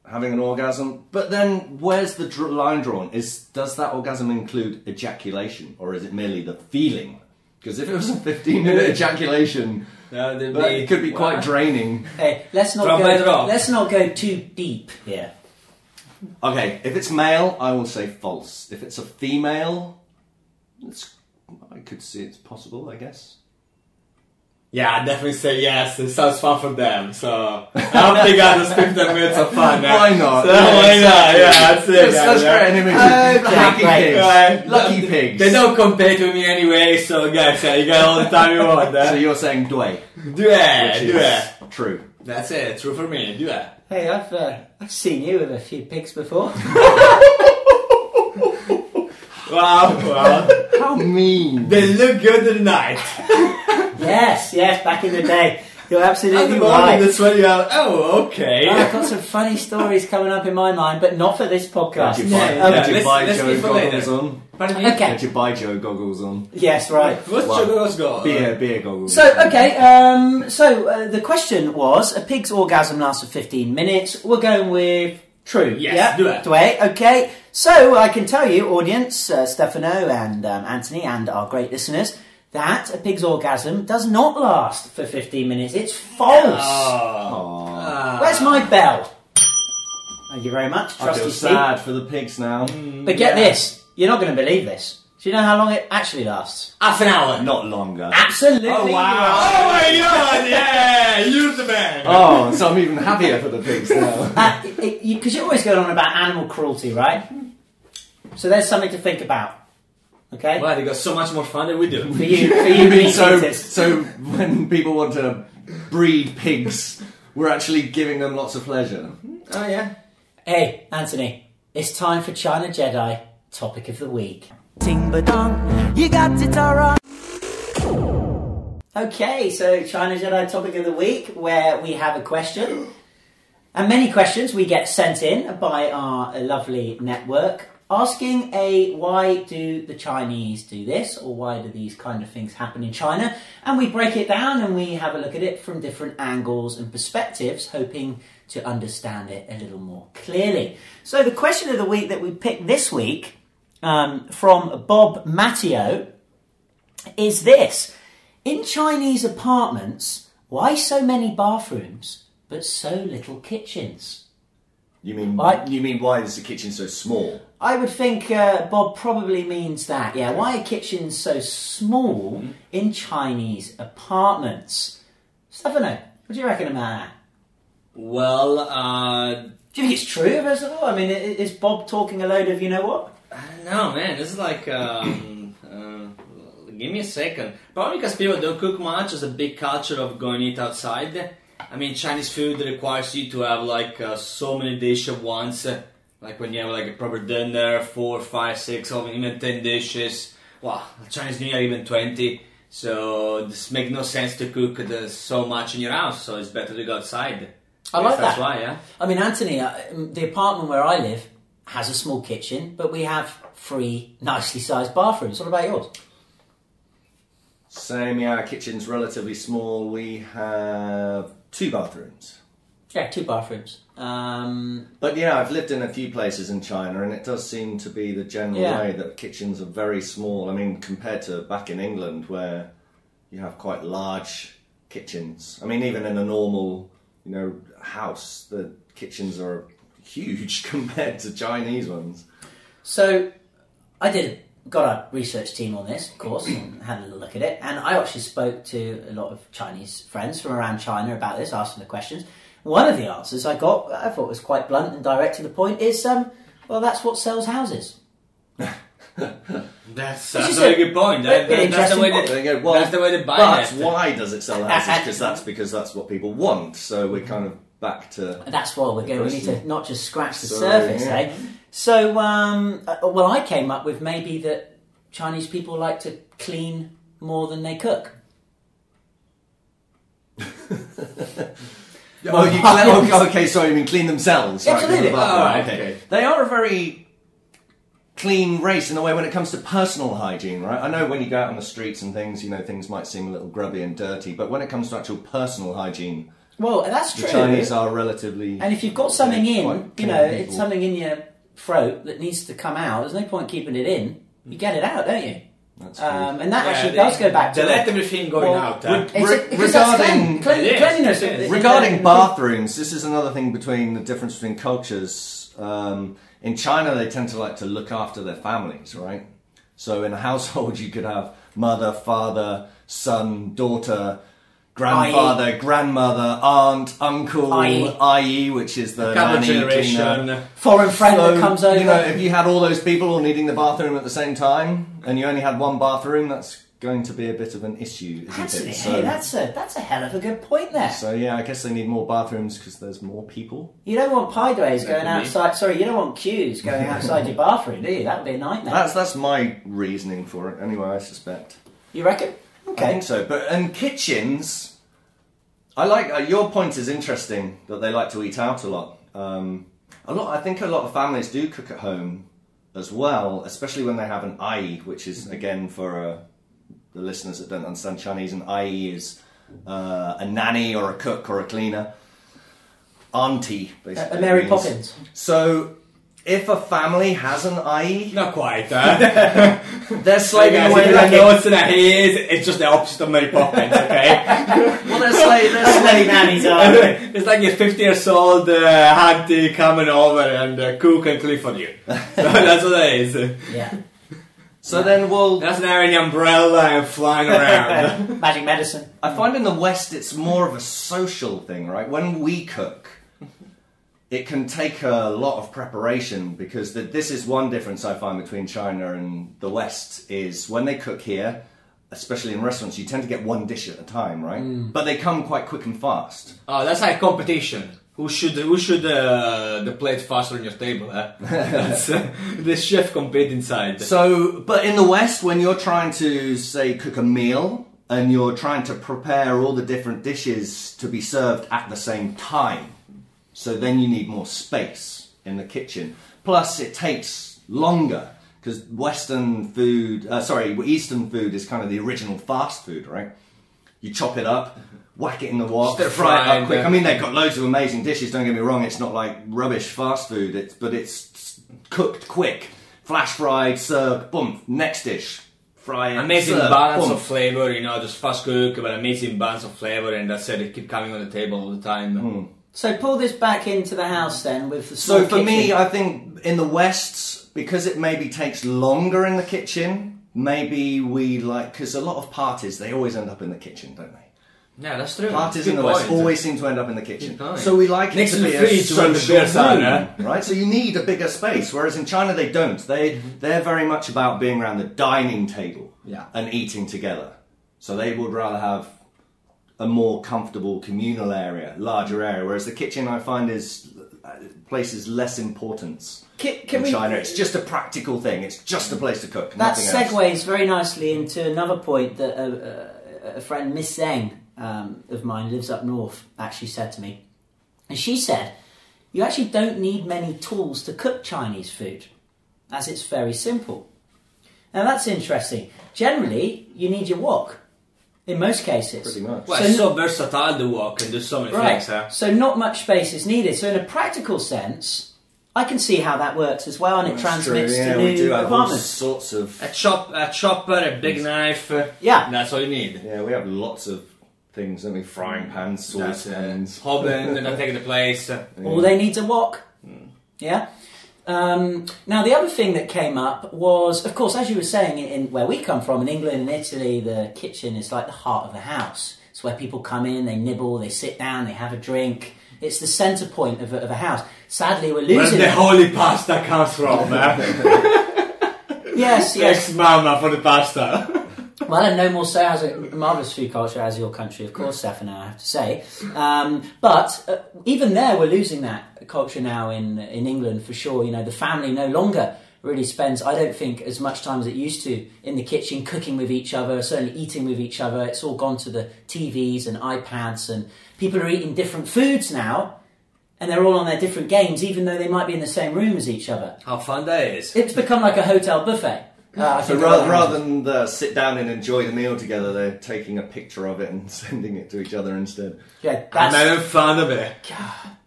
Speaker 4: having an orgasm, but then where's the dr- line drawn? Is does that orgasm include ejaculation, or is it merely the feeling? Because if it was a fifteen-minute ejaculation,
Speaker 5: No, there'd
Speaker 4: that could be quite
Speaker 5: Wow.
Speaker 4: draining.
Speaker 2: Hey, let's not
Speaker 5: Drum by
Speaker 2: go.
Speaker 5: drum.
Speaker 2: Let's not go too deep here.
Speaker 4: Okay, if it's male, I will say false. If it's a female, it's, I could see it's possible, I guess.
Speaker 5: Yeah, I definitely say yes. It sounds fun for them, so I don't think I just 15 minutes of fun. huh?
Speaker 4: Why not?
Speaker 5: So,
Speaker 4: Yeah,
Speaker 5: why not?
Speaker 4: exactly.
Speaker 5: Yeah, that's it.
Speaker 4: Let's,
Speaker 5: yeah,
Speaker 4: let's
Speaker 5: yeah.
Speaker 4: create an image of
Speaker 2: Okay,
Speaker 4: happy
Speaker 2: great.
Speaker 4: pigs.
Speaker 5: Right.
Speaker 4: Lucky
Speaker 5: They-
Speaker 4: pigs.
Speaker 5: They don't compete with me anyway, so guys, yeah, you got all the time you want.
Speaker 4: So
Speaker 5: Huh?
Speaker 4: you're saying dway,
Speaker 5: Do it,
Speaker 4: which
Speaker 5: do
Speaker 4: is
Speaker 5: it.
Speaker 4: true.
Speaker 5: That's it. True for me. Do it.
Speaker 2: Hey, I've uh, I've seen you with a few pigs before.
Speaker 5: Wow, wow.
Speaker 4: How mean.
Speaker 5: they look good at night.
Speaker 2: yes, yes, back in the day. You're
Speaker 5: At the
Speaker 2: absolutely
Speaker 5: moment,
Speaker 2: right.
Speaker 5: that's when you are. Oh, okay.
Speaker 2: Oh, I've got some funny stories coming up in my mind, but not for this podcast.
Speaker 4: Did you buy,
Speaker 5: Yeah,
Speaker 4: did you
Speaker 5: let's-
Speaker 4: buy
Speaker 5: let's
Speaker 4: Joe
Speaker 5: leave for later.
Speaker 4: goggles on?
Speaker 5: Pardon me?
Speaker 2: Okay.
Speaker 4: Did you buy Joe goggles on?
Speaker 2: Yes, right.
Speaker 5: What's
Speaker 4: Wow.
Speaker 5: Choco's goal?
Speaker 4: Beer, beer goggles.
Speaker 2: So okay, um, so uh, the question was: a pig's orgasm lasts for fifteen minutes. We're going with true.
Speaker 5: Yes,
Speaker 2: yeah,
Speaker 5: do it.
Speaker 2: Dway, Okay, so I can tell you, audience, uh, Stefano and um, Anthony, and our great listeners, that a pig's orgasm does not last for fifteen minutes. It's false.
Speaker 5: Ah.
Speaker 2: Where's my bell? Thank you very much,
Speaker 4: I
Speaker 2: trusty
Speaker 4: feel
Speaker 2: Steve. Mm.
Speaker 4: sad for the pigs now.
Speaker 2: But get
Speaker 5: Yeah.
Speaker 2: this: you're not going to believe this. Do you know how long it actually lasts?
Speaker 5: Half an hour.
Speaker 4: Not longer.
Speaker 2: Absolutely.
Speaker 4: Oh,
Speaker 2: right.
Speaker 4: wow.
Speaker 5: Oh my god, yeah! You're the man!
Speaker 4: Oh, so I'm even happier for the pigs now.
Speaker 2: Because you, 'cause you're always going on about animal cruelty, right? So there's something to think about. Okay?
Speaker 5: Wow, they got so much more fun than we
Speaker 2: For
Speaker 5: do.
Speaker 2: you, for you,
Speaker 4: I mean,
Speaker 2: meat
Speaker 4: so,
Speaker 2: eaters.
Speaker 4: so when people want to breed pigs, we're actually giving them lots of pleasure.
Speaker 5: Oh yeah.
Speaker 2: Hey, Anthony, it's time for China Jedi topic of the week.
Speaker 3: Ting ba dong, you got it all wrong.
Speaker 2: Okay, so China Jedi topic of the week, where we have a question, and many questions we get sent in by our lovely network asking a why do the Chinese do this or why do these kind of things happen in China, and we break it down and we have a look at it from different angles and perspectives, hoping to understand it a little more clearly. So the question of the week that we picked this week um, from Bob Matteo is this. In Chinese apartments, why so many bathrooms but so little kitchens?
Speaker 4: You mean
Speaker 2: Why-
Speaker 4: you mean why is the kitchen so small?
Speaker 2: I would think uh, Bob probably means that. Yeah, why are kitchens so small in Chinese apartments? Stefano, what do you reckon about that?
Speaker 5: Well, uh
Speaker 2: Do you think it's true, first of all? I mean, i- i- is Bob talking a load of you know what?
Speaker 5: no man, this is like um uh, give me a second. Probably because people don't cook much, there's a big culture of going eat outside. I mean Chinese food requires you to have like uh, so many dishes at once. Like when you have like a proper dinner, four, five, six, or even ten dishes. Wow, Chinese New Year even twenty. So this makes no sense to cook the, so much in your house. So it's better to go outside.
Speaker 2: I like
Speaker 5: That's
Speaker 2: that.
Speaker 5: why, yeah.
Speaker 2: I mean, Anthony, uh, um, the apartment where I live has a small kitchen, but we have three nicely sized bathrooms. What about yours?
Speaker 4: Same, yeah, our kitchen's relatively small. We have two bathrooms.
Speaker 2: Yeah, two bathrooms. Um,
Speaker 4: But yeah, I've lived in a few places in China, and it does seem to be the general
Speaker 2: Yeah.
Speaker 4: way that kitchens are very small. I mean, compared to back in England, where you have quite large kitchens. I mean, even in a normal, you know, house, the kitchens are huge compared to Chinese ones.
Speaker 2: so I did got our research team on this, of course, and had a little look at it. And I actually spoke to a lot of Chinese friends from around China about this, asked them the questions. One of the answers I got, I thought was quite blunt and direct to the point, is um, well, that's what sells houses.
Speaker 5: That's,
Speaker 2: Which
Speaker 5: that's
Speaker 2: is
Speaker 5: a very
Speaker 2: a-
Speaker 5: good point. That,
Speaker 2: an
Speaker 5: that- that's the way
Speaker 2: interesting
Speaker 4: There
Speaker 5: they,
Speaker 4: you go. Well,
Speaker 5: that's the way they buy
Speaker 4: But
Speaker 5: that.
Speaker 4: why does it sell houses? Because that's because that's what people want. So we're kind of back to
Speaker 2: And that's why we're going. We need to
Speaker 4: Question.
Speaker 2: not just scratch the
Speaker 4: So,
Speaker 2: surface,
Speaker 4: yeah.
Speaker 2: eh? So, um, uh, well, I came up with maybe that Chinese people like to clean more than they cook.
Speaker 4: Oh, you cle- okay, okay, sorry, you mean clean themselves? right,
Speaker 2: Absolutely.
Speaker 4: not the bathroom,
Speaker 5: Oh, right, okay.
Speaker 4: They are a very clean race in a way when it comes to personal hygiene, right? I know when you go out on the streets and things, you know, things might seem a little grubby and dirty, but when it comes to actual personal hygiene,
Speaker 2: Well, that's
Speaker 4: the
Speaker 2: true.
Speaker 4: Chinese are relatively.
Speaker 2: And if you've got something
Speaker 4: They're
Speaker 2: in,
Speaker 4: quite
Speaker 2: you know,
Speaker 4: clean
Speaker 2: it's
Speaker 4: people.
Speaker 2: something in your throat that needs to come out. There's no point keeping it in. You get it out, don't you?
Speaker 4: That's true.
Speaker 2: Um, and that
Speaker 5: Yeah,
Speaker 2: actually
Speaker 5: they-
Speaker 2: does go back to
Speaker 5: They
Speaker 2: it.
Speaker 5: let everything going
Speaker 4: Well,
Speaker 5: out.
Speaker 4: would-
Speaker 5: eh?
Speaker 2: It's-
Speaker 4: Re-
Speaker 2: because that's
Speaker 4: regarding-
Speaker 2: clean-
Speaker 5: It is,
Speaker 2: cleanliness.
Speaker 5: it is.
Speaker 4: Regarding bathrooms, this is another thing between the difference between cultures. Um, in China, they tend to like to look after their families, right? So in a household, you could have mother, father, son, daughter, grandfather, grandmother, aunt, uncle,
Speaker 2: IE.
Speaker 4: IE, which is the
Speaker 5: Couple
Speaker 4: nanny
Speaker 5: generation.
Speaker 4: cleaner.
Speaker 2: foreign friend that
Speaker 4: So,
Speaker 2: comes over.
Speaker 4: You know, if you had all those people all needing the bathroom at the same time, and you only had one bathroom, that's going to be a bit of an issue, isn't
Speaker 2: that's,
Speaker 4: it?
Speaker 2: hey,
Speaker 4: So-
Speaker 2: that's a that's a hell of a good point there.
Speaker 4: so yeah, I guess they need more bathrooms because there's more people.
Speaker 2: You don't want pie days going
Speaker 5: could be.
Speaker 2: outside. Sorry, you don't want queues going outside your bathroom, do you? That would be a nightmare.
Speaker 4: That's that's my reasoning for it. Anyway, I suspect.
Speaker 2: you reckon?
Speaker 4: I
Speaker 2: Okay.
Speaker 4: think so. But and kitchens, I like uh, your point is interesting that they like to eat out a lot. Um, a lot. I think a lot of families do cook at home as well, especially when they have an IE, which is
Speaker 2: Mm-hmm.
Speaker 4: again for uh, the listeners that don't understand Chinese, an IE is uh, a nanny or a cook or a cleaner, auntie, basically.
Speaker 2: A Mary
Speaker 4: means.
Speaker 2: Poppins.
Speaker 4: So. If a family has an E, IE,
Speaker 5: Not quite. eh?
Speaker 4: they're slaving
Speaker 5: Guys,
Speaker 4: away
Speaker 5: if you
Speaker 4: their
Speaker 5: don't know what's in that haze, it's just the opposite of Mary Poppins, okay?
Speaker 4: Well, they're, sla- they're sla-
Speaker 2: Bloody nannies are.
Speaker 5: it's like your 50 years old uh, auntie coming over and uh, cook and clean for you. So that's what that is.
Speaker 2: yeah.
Speaker 4: So then, well,
Speaker 5: That's not an umbrella and flying around.
Speaker 2: Magic medicine.
Speaker 4: I find in the West it's more of a social thing, right? When we cook, it can take a lot of preparation because the, this is one difference I find between China and the West is when they cook here, especially in restaurants, you tend to get one dish at a time, right? But they come quite quick and fast.
Speaker 5: oh, that's like competition. Who should who should uh, the plate faster on your table? Eh? That's, uh, the chef compete inside.
Speaker 4: So, but in the West, when you're trying to say cook a meal and you're trying to prepare all the different dishes to be served at the same time, so then you need more space in the kitchen. Plus, it takes longer because Western food, uh, sorry, Eastern food is kind of the original fast food, right? You chop it up, whack it in the wok,
Speaker 5: Stir
Speaker 4: fry it
Speaker 5: fried,
Speaker 4: up quick.
Speaker 5: yeah.
Speaker 4: I mean, they've got loads of amazing dishes. Don't get me wrong; it's not like rubbish fast food. It's but it's cooked quick, flash fried, served, boom. Next dish, fry it.
Speaker 5: amazing
Speaker 4: serve,
Speaker 5: balance
Speaker 4: boom.
Speaker 5: of flavor, you know, just fast cook, but amazing balance of flavor, and that's it. They keep coming on the table all the time.
Speaker 2: So pull this back into the house then with the
Speaker 4: So
Speaker 2: small
Speaker 4: for me,
Speaker 2: kitchen.
Speaker 4: I think in the West, because it maybe takes longer in the kitchen, maybe we like because a lot of parties they always end up in the kitchen, don't they?
Speaker 5: Yeah, that's true.
Speaker 4: Parties
Speaker 5: Good
Speaker 4: in the West
Speaker 5: point.
Speaker 4: always seem to end up in the kitchen.
Speaker 5: Good point.
Speaker 4: So we like it
Speaker 5: Next
Speaker 4: to
Speaker 5: to
Speaker 4: be
Speaker 5: the
Speaker 4: a
Speaker 5: fridge when the
Speaker 4: social
Speaker 5: beers are,
Speaker 4: room,
Speaker 5: eh?
Speaker 4: right? So you need a bigger space. Whereas in China they don't. They they're very much about being around the dining table
Speaker 5: Yeah.
Speaker 4: and eating together. So they would rather have a more comfortable communal area, larger area. Whereas the kitchen I find is uh, places less importance.
Speaker 2: Can- can
Speaker 4: in
Speaker 2: we-
Speaker 4: China, it's just a practical thing. It's just a place to cook.
Speaker 2: That
Speaker 4: nothing else.
Speaker 2: segues very nicely into another point that a, a, a friend, Miss Zeng um, of mine, lives up north, actually said to me. And she said You actually don't need many tools to cook Chinese food, as it's very simple. Now that's interesting. Generally, you need your wok, in most cases.
Speaker 4: Pretty much.
Speaker 5: Well,
Speaker 2: So-
Speaker 5: it's so versatile the wok and do so many
Speaker 2: Right.
Speaker 5: things, huh?
Speaker 2: So not much space is needed. So in a practical sense, I can see how that works as well, and it
Speaker 4: That's true,
Speaker 2: transmits
Speaker 4: yeah,
Speaker 2: to
Speaker 4: we do
Speaker 2: new
Speaker 4: have all
Speaker 2: apartments.
Speaker 4: sorts of.
Speaker 5: A chop, a chopper, a big knife. uh,
Speaker 2: Yeah.
Speaker 5: that's all you need.
Speaker 4: Yeah, we have lots of things, don't we? Frying pans,
Speaker 5: That's it.
Speaker 4: saucepans.
Speaker 5: Hobbin, and I take the place. uh,
Speaker 2: All they need's a wok. Yeah. Um, now the other thing that came up was, of course, as you were saying, in, in where we come from, in England and Italy, the kitchen is like the heart of a house. It's where people come in, they nibble, they sit down, they have a drink. It's the centre point of a, of a house. Sadly, we're
Speaker 5: Where
Speaker 2: losing.
Speaker 5: the
Speaker 2: it.
Speaker 5: holy pasta comes from, man.
Speaker 2: yes, yes.
Speaker 5: Thanks, mama, for the pasta.
Speaker 2: Well, and no more so has a marvellous food culture as your country, of course, Stefano, I have to say. Um, but uh, even there, we're losing that culture now in, in England for sure. You know, the family no longer really spends, I don't think, as much time as it used to in the kitchen, cooking with each other, certainly eating with each other. It's all gone to the TVs and iPads, and people are eating different foods now, and they're all on their different games, even though they might be in the same room as each other.
Speaker 5: How fun that is.
Speaker 2: It's become like a hotel buffet. Uh, I
Speaker 4: So
Speaker 2: think
Speaker 4: rather,
Speaker 2: about-
Speaker 4: rather than uh, sit down and enjoy the meal together, they're taking a picture of it and sending it to each other instead.
Speaker 2: yeah,
Speaker 5: I'm
Speaker 2: that's
Speaker 5: having fun of it.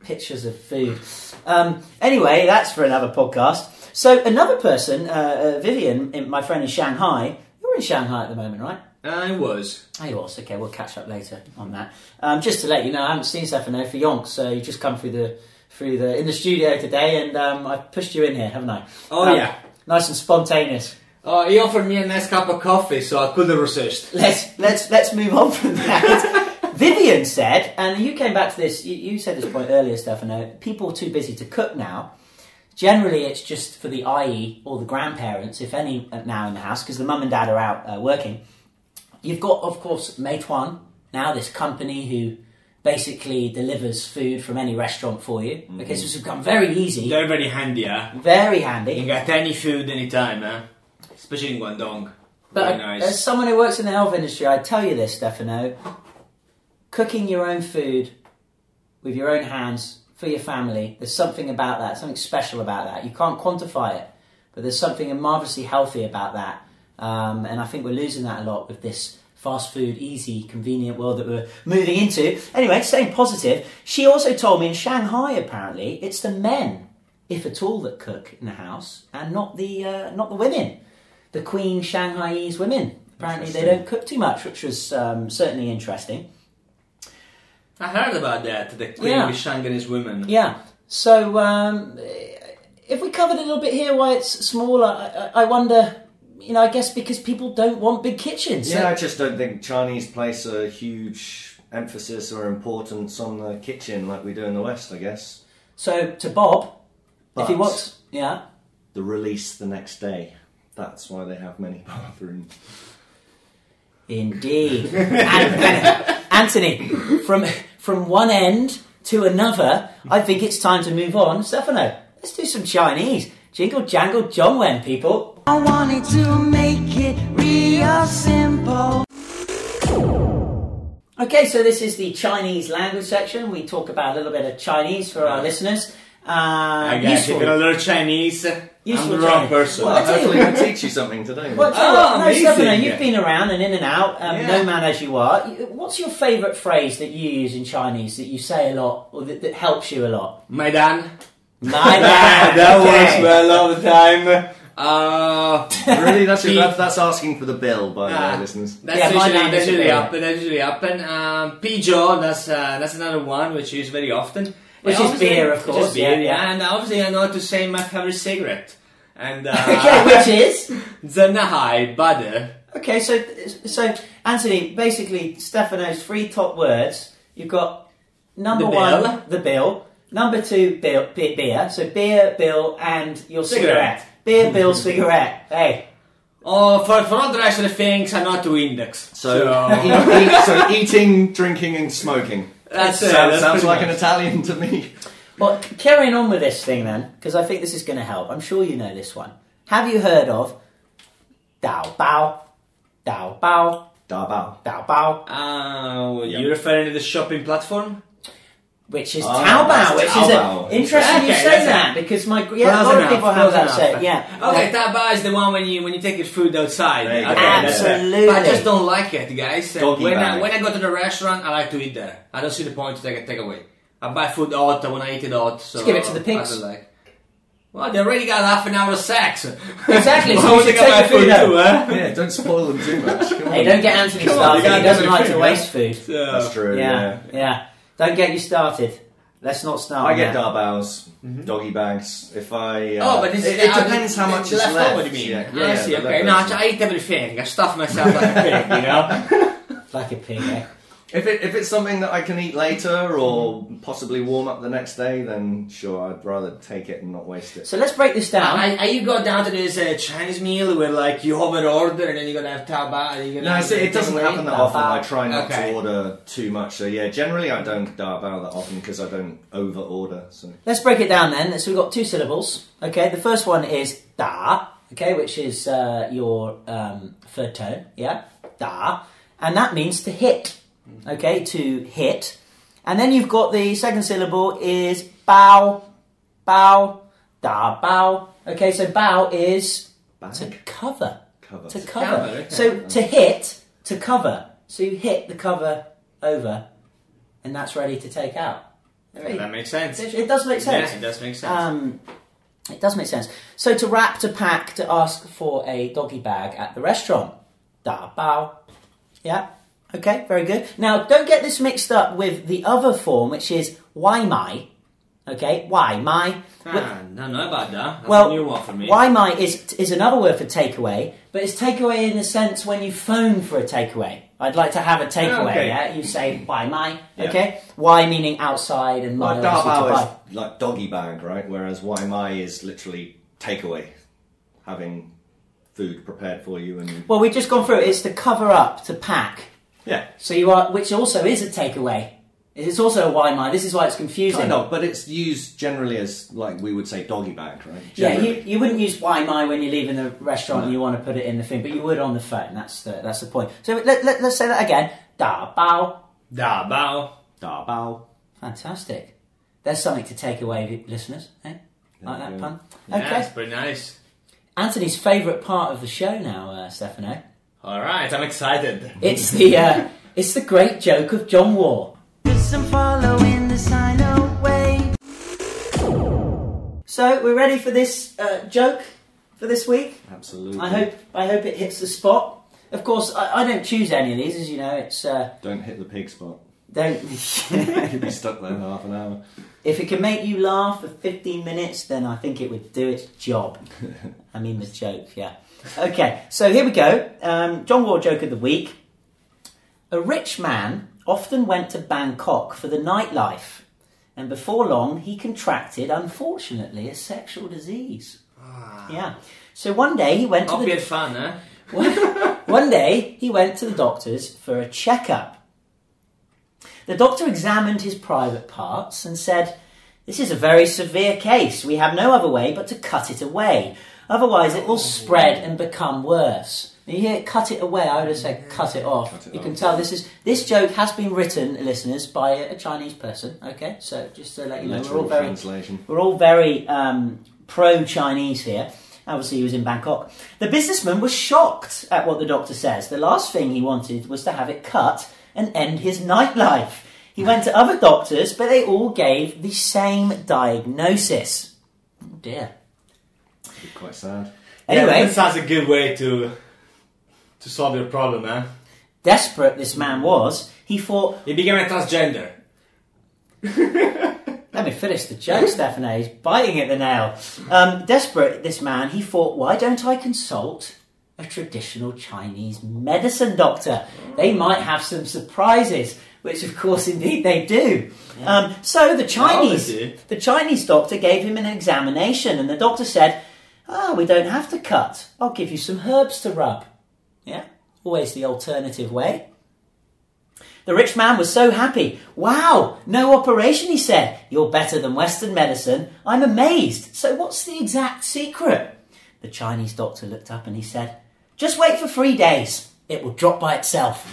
Speaker 2: pictures of food. Um, anyway, that's for another podcast. So another person, uh, uh, Vivian, in- my friend in Shanghai. You're in Shanghai at the moment, right?
Speaker 5: I was.
Speaker 2: Oh, you was. Okay, we'll catch up later on that. Um, just to let you know, I haven't seen Stefano for yonks, so you just come through the through the in the studio today, and um, I pushed you in here, haven't I?
Speaker 5: Oh,
Speaker 2: Um,
Speaker 5: yeah.
Speaker 2: nice and spontaneous.
Speaker 5: Oh, he offered me a nice cup of coffee, so I couldn't resist.
Speaker 2: Let's let's let's move on from that. Vivian said, and you came back to this. You, you said this point earlier, Stefano. People are too busy to cook now. Generally, it's just for the IE or the grandparents, if any, uh, now in the house because the mum and dad are out uh, working. You've got, of course, Meituan now, this company who basically delivers food from any restaurant for you. Okay, so it's become very easy,
Speaker 5: They're very handy, huh?
Speaker 2: very
Speaker 5: You
Speaker 2: handy.
Speaker 5: can get any food anytime, huh? eh? Especially in Guangdong.
Speaker 2: But
Speaker 5: very nice.
Speaker 2: as someone who works in the health industry, I tell you this, Stefano: cooking your own food with your own hands for your family. There's something about that, something special about that. You can't quantify it, but there's something marvelously healthy about that. Um, and I think we're losing that a lot with this fast food, easy, convenient world that we're moving into. Anyway, staying positive, she also told me in Shanghai apparently it's the men, if at all, that cook in the house, and not the uh, not the women. The Queen Shanghaiese women apparently they don't cook too much, which was um, certainly interesting.
Speaker 5: I heard about that, the Queen
Speaker 2: Yeah.
Speaker 5: of Shanghai's women.
Speaker 2: Yeah. So um, if we covered a little bit here why it's smaller, I, I I wonder. You know, I guess because people don't want big kitchens.
Speaker 4: Yeah, I just don't think Chinese place a huge emphasis or importance on the kitchen like we do in the West, I guess.
Speaker 2: So to Bob, if he
Speaker 4: But-
Speaker 2: wants, yeah.
Speaker 4: The release the next day. That's why they have many bathrooms.
Speaker 2: Indeed. An- Anthony, from from one end to another, I think it's time to move on. Stefano, let's do some Chinese. Jingle jangle John Wen, people.
Speaker 3: I wanted to make it real simple.
Speaker 2: Okay, so this is the Chinese language section. We talk about a little bit of Chinese for our listeners. Uh,
Speaker 5: I guess
Speaker 2: useful.
Speaker 5: if you're a little Chinese, I'm
Speaker 2: Useful
Speaker 5: the wrong
Speaker 2: Chinese.
Speaker 5: person.
Speaker 2: Well, I tell you
Speaker 4: Hopefully, we'll teach you something today.
Speaker 2: Well, tell you
Speaker 5: Oh,
Speaker 2: what, no, Stefano,
Speaker 5: amazing.
Speaker 2: you've been around and in and out, um,
Speaker 5: Yeah.
Speaker 2: no man as you are. You- What's your favourite phrase that you use in Chinese that you say a lot or that, that helps you a lot?
Speaker 5: Maidan.
Speaker 2: My
Speaker 5: Ah,
Speaker 2: man,
Speaker 5: that
Speaker 2: okay.
Speaker 5: works well all the time. Uh,
Speaker 4: really, that's,
Speaker 5: Pete.
Speaker 4: that's, that's asking for the bill, by the
Speaker 5: Ah.
Speaker 4: way, listeners.
Speaker 5: that's
Speaker 2: Yeah, my
Speaker 5: usually,
Speaker 2: dad
Speaker 5: that's
Speaker 2: is a
Speaker 5: usually
Speaker 2: bit-
Speaker 5: happen. That's usually happen. Um, Pijo, that's uh, that's another one which is very often.
Speaker 2: Which
Speaker 5: And
Speaker 2: is
Speaker 5: obviously-
Speaker 2: beer, of
Speaker 5: which
Speaker 2: course,
Speaker 5: is beer,
Speaker 2: yeah, yeah.
Speaker 5: And obviously, I know how to say my favorite cigarette. And
Speaker 2: okay,
Speaker 5: uh,
Speaker 2: which is
Speaker 5: Zanahai Butter.
Speaker 2: okay. So, so Anthony, basically, Stefano's three top words. You've got number
Speaker 5: The
Speaker 2: one,
Speaker 5: bill.
Speaker 2: the bill. Number two, bill, be- beer. So beer, bill, and your cigarette.
Speaker 5: Cigarette.
Speaker 2: Beer, bill, cigarette. Hey,
Speaker 5: Oh, for, for all the rest of the things, I know how to index.
Speaker 4: So, eat- eat- so eating, drinking, and smoking.
Speaker 5: that's it.
Speaker 4: sounds
Speaker 5: that's
Speaker 4: sounds
Speaker 5: pretty
Speaker 4: like
Speaker 5: much.
Speaker 4: an Italian to me.
Speaker 2: Well, c- carrying on with this thing then, because I think this is going to help. I'm sure you know this one. Have you heard of Dao Bao? Dao Bao?
Speaker 4: Da bao.
Speaker 2: Dao Bao?
Speaker 5: Uh, well, you referring to the shopping platform?
Speaker 2: which is
Speaker 4: Ah,
Speaker 2: Taobao,
Speaker 4: that's
Speaker 2: which
Speaker 4: Taobao.
Speaker 2: is a, interesting
Speaker 5: Okay,
Speaker 2: you say
Speaker 5: that's
Speaker 2: that
Speaker 5: it.
Speaker 2: because my yeah, a
Speaker 5: Close
Speaker 2: lot of
Speaker 5: enough,
Speaker 2: people have
Speaker 5: close
Speaker 2: that
Speaker 5: enough.
Speaker 2: shape. Yeah.
Speaker 5: Okay,
Speaker 2: Yeah.
Speaker 5: Taba is the one when you when you take your food outside.
Speaker 4: There you go.
Speaker 5: Okay, that's it.
Speaker 2: Absolutely.
Speaker 5: But I just don't like it, guys. And
Speaker 4: Doggy
Speaker 5: when I,
Speaker 4: bag.
Speaker 5: when I go to the restaurant, I like to eat there. I don't see the point to take a takeaway. I buy food out when I eat it out. So
Speaker 2: Just give it to the pigs.
Speaker 5: I don't like. Well, they already got half an hour of sex.
Speaker 2: Exactly, so
Speaker 5: Why
Speaker 2: you
Speaker 5: would
Speaker 2: should
Speaker 5: they get
Speaker 2: take
Speaker 5: my
Speaker 2: your food
Speaker 5: food
Speaker 2: out.
Speaker 5: too, huh?
Speaker 4: Yeah, don't spoil them too much. Come on.
Speaker 2: Hey, don't get Anthony
Speaker 4: Come on, you
Speaker 2: started.
Speaker 4: gotta
Speaker 2: he doesn't
Speaker 4: do
Speaker 2: like
Speaker 4: food,
Speaker 2: to
Speaker 4: yeah.
Speaker 2: waste food.
Speaker 5: So-
Speaker 4: That's true.
Speaker 2: Yeah,
Speaker 4: Yeah.
Speaker 2: yeah, Don't get you started. Let's not start.
Speaker 4: I
Speaker 2: on
Speaker 4: get
Speaker 2: that.
Speaker 4: Darbows, doggy bags. If I uh,
Speaker 5: Oh, but it's,
Speaker 4: it, it depends how much is left.
Speaker 5: over, you mean?
Speaker 4: Yeah,
Speaker 5: Yeah,
Speaker 4: yeah,
Speaker 5: I
Speaker 4: yeah,
Speaker 5: see.
Speaker 4: the
Speaker 5: Okay, no,
Speaker 4: leftovers.
Speaker 5: I eat everything. I stuff myself like a pig, you know.
Speaker 2: like a pig. Eh?
Speaker 4: If it if it's something that I can eat later or
Speaker 5: Mm-hmm.
Speaker 4: possibly warm up the next day, then sure, I'd rather take it and not waste it.
Speaker 2: So let's break this down.
Speaker 5: I, I, you go down to this uh, Chinese meal where like you have an order and then you're gonna have taba. And you're gonna
Speaker 4: No,
Speaker 5: have
Speaker 4: so it doesn't
Speaker 5: takeaway.
Speaker 4: happen that often. I try not
Speaker 5: Okay.
Speaker 4: to order too much. So yeah, generally I don't darbao that often because I don't over order. So
Speaker 2: Let's break it down then. So we've got two syllables. Okay, the first one is da. Okay, which is uh, your um, third tone. Yeah, da, and that means to hit. Okay, to hit. And then you've got the second syllable is bao, bao, da bao. Okay, so bao is to
Speaker 4: bag
Speaker 2: cover,
Speaker 4: cover.
Speaker 2: to cover.
Speaker 5: Cover, okay.
Speaker 2: So to hit, to cover. So you hit the cover over, and that's ready to take out.
Speaker 5: That makes sense.
Speaker 2: It it does make sense.
Speaker 5: Yeah, it does make sense.
Speaker 2: Um, it does make sense. So to wrap, to pack, to ask for a doggy bag at the restaurant. Da bao. Yeah. Okay, very good. Now, don't get this mixed up with the other form, which is why my. Okay, why my.
Speaker 5: ah, don't know about that. That's
Speaker 2: Well,
Speaker 5: a new one for me.
Speaker 2: why my is is another word for takeaway, but it's takeaway in the sense when you phone for a takeaway. I'd like to have a takeaway.
Speaker 5: Okay.
Speaker 2: Yeah, you say why my.
Speaker 4: Ah, Yeah.
Speaker 2: Okay, why meaning outside and my
Speaker 4: Like
Speaker 2: obviously to buy.
Speaker 4: darbao is like doggy bag, right? Whereas wai mai is literally takeaway, having food prepared for you and
Speaker 2: Well, we've just gone through it. It's to cover up, to pack.
Speaker 4: yeah,
Speaker 2: So you are, which also is a takeaway. It's also a why my. This is why it's confusing.
Speaker 4: kind of. But it's used generally as like we would say doggy bag, right?
Speaker 2: Yeah,
Speaker 4: Generally.
Speaker 2: you, you wouldn't use why my when you're leaving the restaurant and you want to put it in the thing, but you would on the phone. That's the that's the point. So let, let, let's say that again. Da bao,
Speaker 5: da bao.
Speaker 2: da bao. Fantastic. There's something to take away, listeners. Eh? Like that
Speaker 4: Yeah.
Speaker 2: pun.
Speaker 5: Yeah,
Speaker 2: Okay.
Speaker 5: it's pretty nice.
Speaker 2: Anthony's favourite part of the show now, uh, Stefano.
Speaker 5: All right, I'm excited.
Speaker 2: It's the uh, it's the great joke of John War.
Speaker 3: Cause I'm following the silent way.
Speaker 2: So we're ready for this uh, joke for this week.
Speaker 4: absolutely.
Speaker 2: I hope I hope it hits the spot. Of course, I, I don't choose any of these, as you know. It's uh,
Speaker 4: don't hit the pig spot.
Speaker 2: don't.
Speaker 4: You'd be stuck there for half an hour.
Speaker 2: if it can make you laugh for fifteen minutes, then I think it would do its job. I mean the joke, yeah. Okay, so here we go. Um, John Wall joke of the week. A rich man often went to Bangkok for the nightlife, and before long he contracted, unfortunately, a sexual disease. Yeah. So one day he went to
Speaker 5: Hope
Speaker 2: the
Speaker 5: you had fun, huh?
Speaker 2: One day, he went to the doctor's for a checkup. The doctor examined his private parts and said, This is a very severe case. We have no other way but to cut it away. Otherwise, it will spread and become worse. You hear cut it away, I would have said cut it off.
Speaker 4: Cut it
Speaker 2: you
Speaker 4: off.
Speaker 2: can tell this is this joke has been written, listeners, by a Chinese person. Okay, so just to let you know, we're all
Speaker 4: Literal
Speaker 2: very
Speaker 4: translation.
Speaker 2: we're all very um, pro Chinese here. Obviously, he was in Bangkok. The businessman was shocked at what the doctor says. The last thing he wanted was to have it cut and end his nightlife. He went to other doctors, but they all gave the same diagnosis. Oh dear.
Speaker 4: Quite sad.
Speaker 2: Anyway,
Speaker 5: this sounds a good way to to solve your problem, huh?
Speaker 2: desperate this man was, he thought,
Speaker 5: You became a transgender.
Speaker 2: Let me finish the joke, Stefano. He's biting at the nail. Um, desperate, this man, he thought, why don't I consult a traditional Chinese medicine doctor? They might have some surprises, which, of course, indeed they do. Um, so the Chinese,
Speaker 5: they do.
Speaker 2: the Chinese doctor gave him an examination, and the doctor said, "Ah, we don't have to cut. I'll give you some herbs to rub." Yeah, always the alternative way. The rich man was so happy. Wow, no operation, he said. You're better than Western medicine. I'm amazed. So, what's the exact secret? The Chinese doctor looked up and he said, Just wait for three days. It will drop by itself.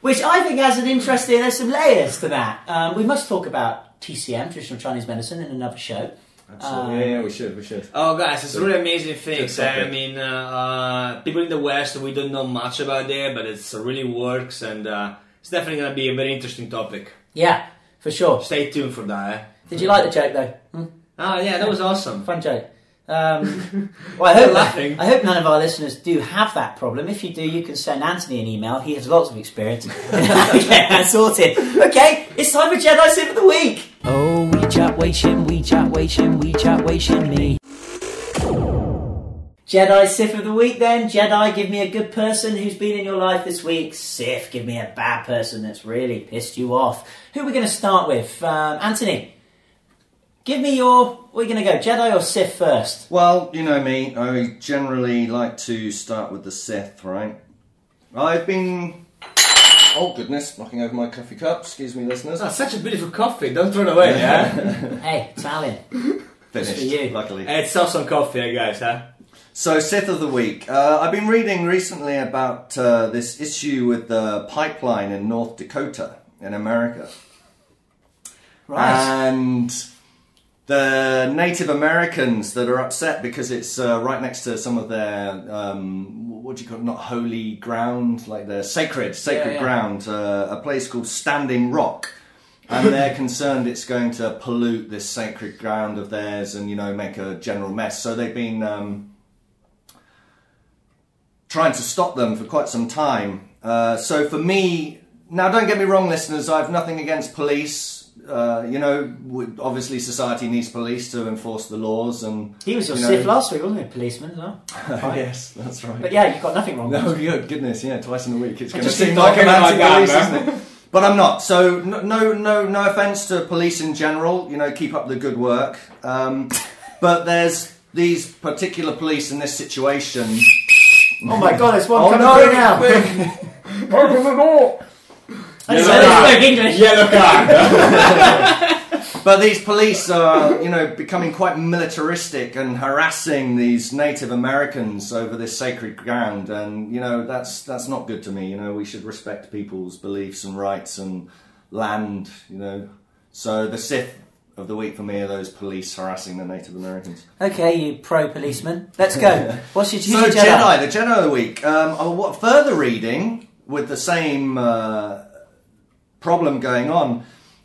Speaker 2: which I think has an interesting, there's some layers to that. Um, we must talk about TCM, traditional Chinese medicine, in another show.
Speaker 4: Absolutely. yeah, yeah, we should, we should.
Speaker 5: Oh, guys, it's really amazing things.
Speaker 4: Good topic.
Speaker 5: I mean, uh, uh, people in the West, we don't know much about there, but it's it really works, and uh, it's definitely going to be a very interesting topic.
Speaker 2: Yeah, for sure.
Speaker 5: Stay tuned for that. Eh?
Speaker 2: Did you like the joke though? Hmm?
Speaker 5: Oh, yeah, that was awesome.
Speaker 2: Fun joke. Um, well, I hope,
Speaker 5: Laughing.
Speaker 2: I hope none of our listeners do have that problem. If you do, you can send Anthony an email. He has lots of experience. Get that sorted. Okay, it's time for Jedi Sim of the Week.
Speaker 3: Oh, we chat, waiting, we chat, waiting, we chat, waiting me.
Speaker 2: Jedi Sif of the week, then. Jedi, give me a good person who's been in your life this week. Sif, give me a bad person that's really pissed you off. Who are we going to start with? Um, Anthony, give me your. We're going to go Jedi or Sif first.
Speaker 4: Well, you know me, I generally like to start with the Sith, right? I've been. Oh, goodness, knocking over my coffee cup. Excuse me, listeners.
Speaker 5: Oh, such a beautiful coffee. Don't throw it away. Yeah,
Speaker 2: Hey, Italian.
Speaker 4: Finished,
Speaker 2: you.
Speaker 4: luckily.
Speaker 5: it's awesome coffee, eh, guys. Huh?
Speaker 4: So, Sith of the Week. Uh, I've been reading recently about uh, this issue with the pipeline in North Dakota in America.
Speaker 2: Right.
Speaker 4: And the Native Americans that are upset because it's uh, right next to some of their um, what do you call it? Not holy ground, like their sacred sacred
Speaker 2: yeah.
Speaker 4: ground, uh, a place called Standing Rock. And they're concerned it's going to pollute this sacred ground of theirs, and you know make a general mess. So they've been um, trying to stop them for quite some time. Uh, so for me, now don't get me wrong, listeners, I have nothing against police. Uh, you know, we, obviously society needs police to enforce the laws, and
Speaker 2: he was your
Speaker 4: you know-
Speaker 2: Sif last week, wasn't he? Policeman as well.
Speaker 4: yes, that's right.
Speaker 2: But yeah, you've got nothing wrong.
Speaker 4: No, good goodness, yeah, twice in a week. It's going to
Speaker 5: just
Speaker 4: seem
Speaker 5: keep
Speaker 4: like
Speaker 5: talking
Speaker 4: an
Speaker 5: about
Speaker 4: anti-police,
Speaker 5: that, man.
Speaker 4: isn't it? But I'm not. So no, no, no, no offense to police in general. You know, keep up the good work. Um, but there's these particular police in this situation.
Speaker 2: Oh my god, there's one
Speaker 4: Oh,
Speaker 2: coming
Speaker 4: no,
Speaker 2: through now.
Speaker 4: Open the door.
Speaker 2: I just
Speaker 5: Yellow
Speaker 2: heard him
Speaker 5: card.
Speaker 2: speak English.
Speaker 5: Yellow card.
Speaker 4: But these police are, you know, becoming quite militaristic and harassing these Native Americans over this sacred ground, and you know that's that's not good to me. You know, we should respect people's beliefs and rights and land. You know, so the Sith of the week for me are those police harassing the Native Americans.
Speaker 2: Okay, you pro policeman. Let's go. What's your, who's
Speaker 4: So
Speaker 2: your
Speaker 4: Jedi? the Jedi of the week. Um, oh, what further reading with the same uh, problem going on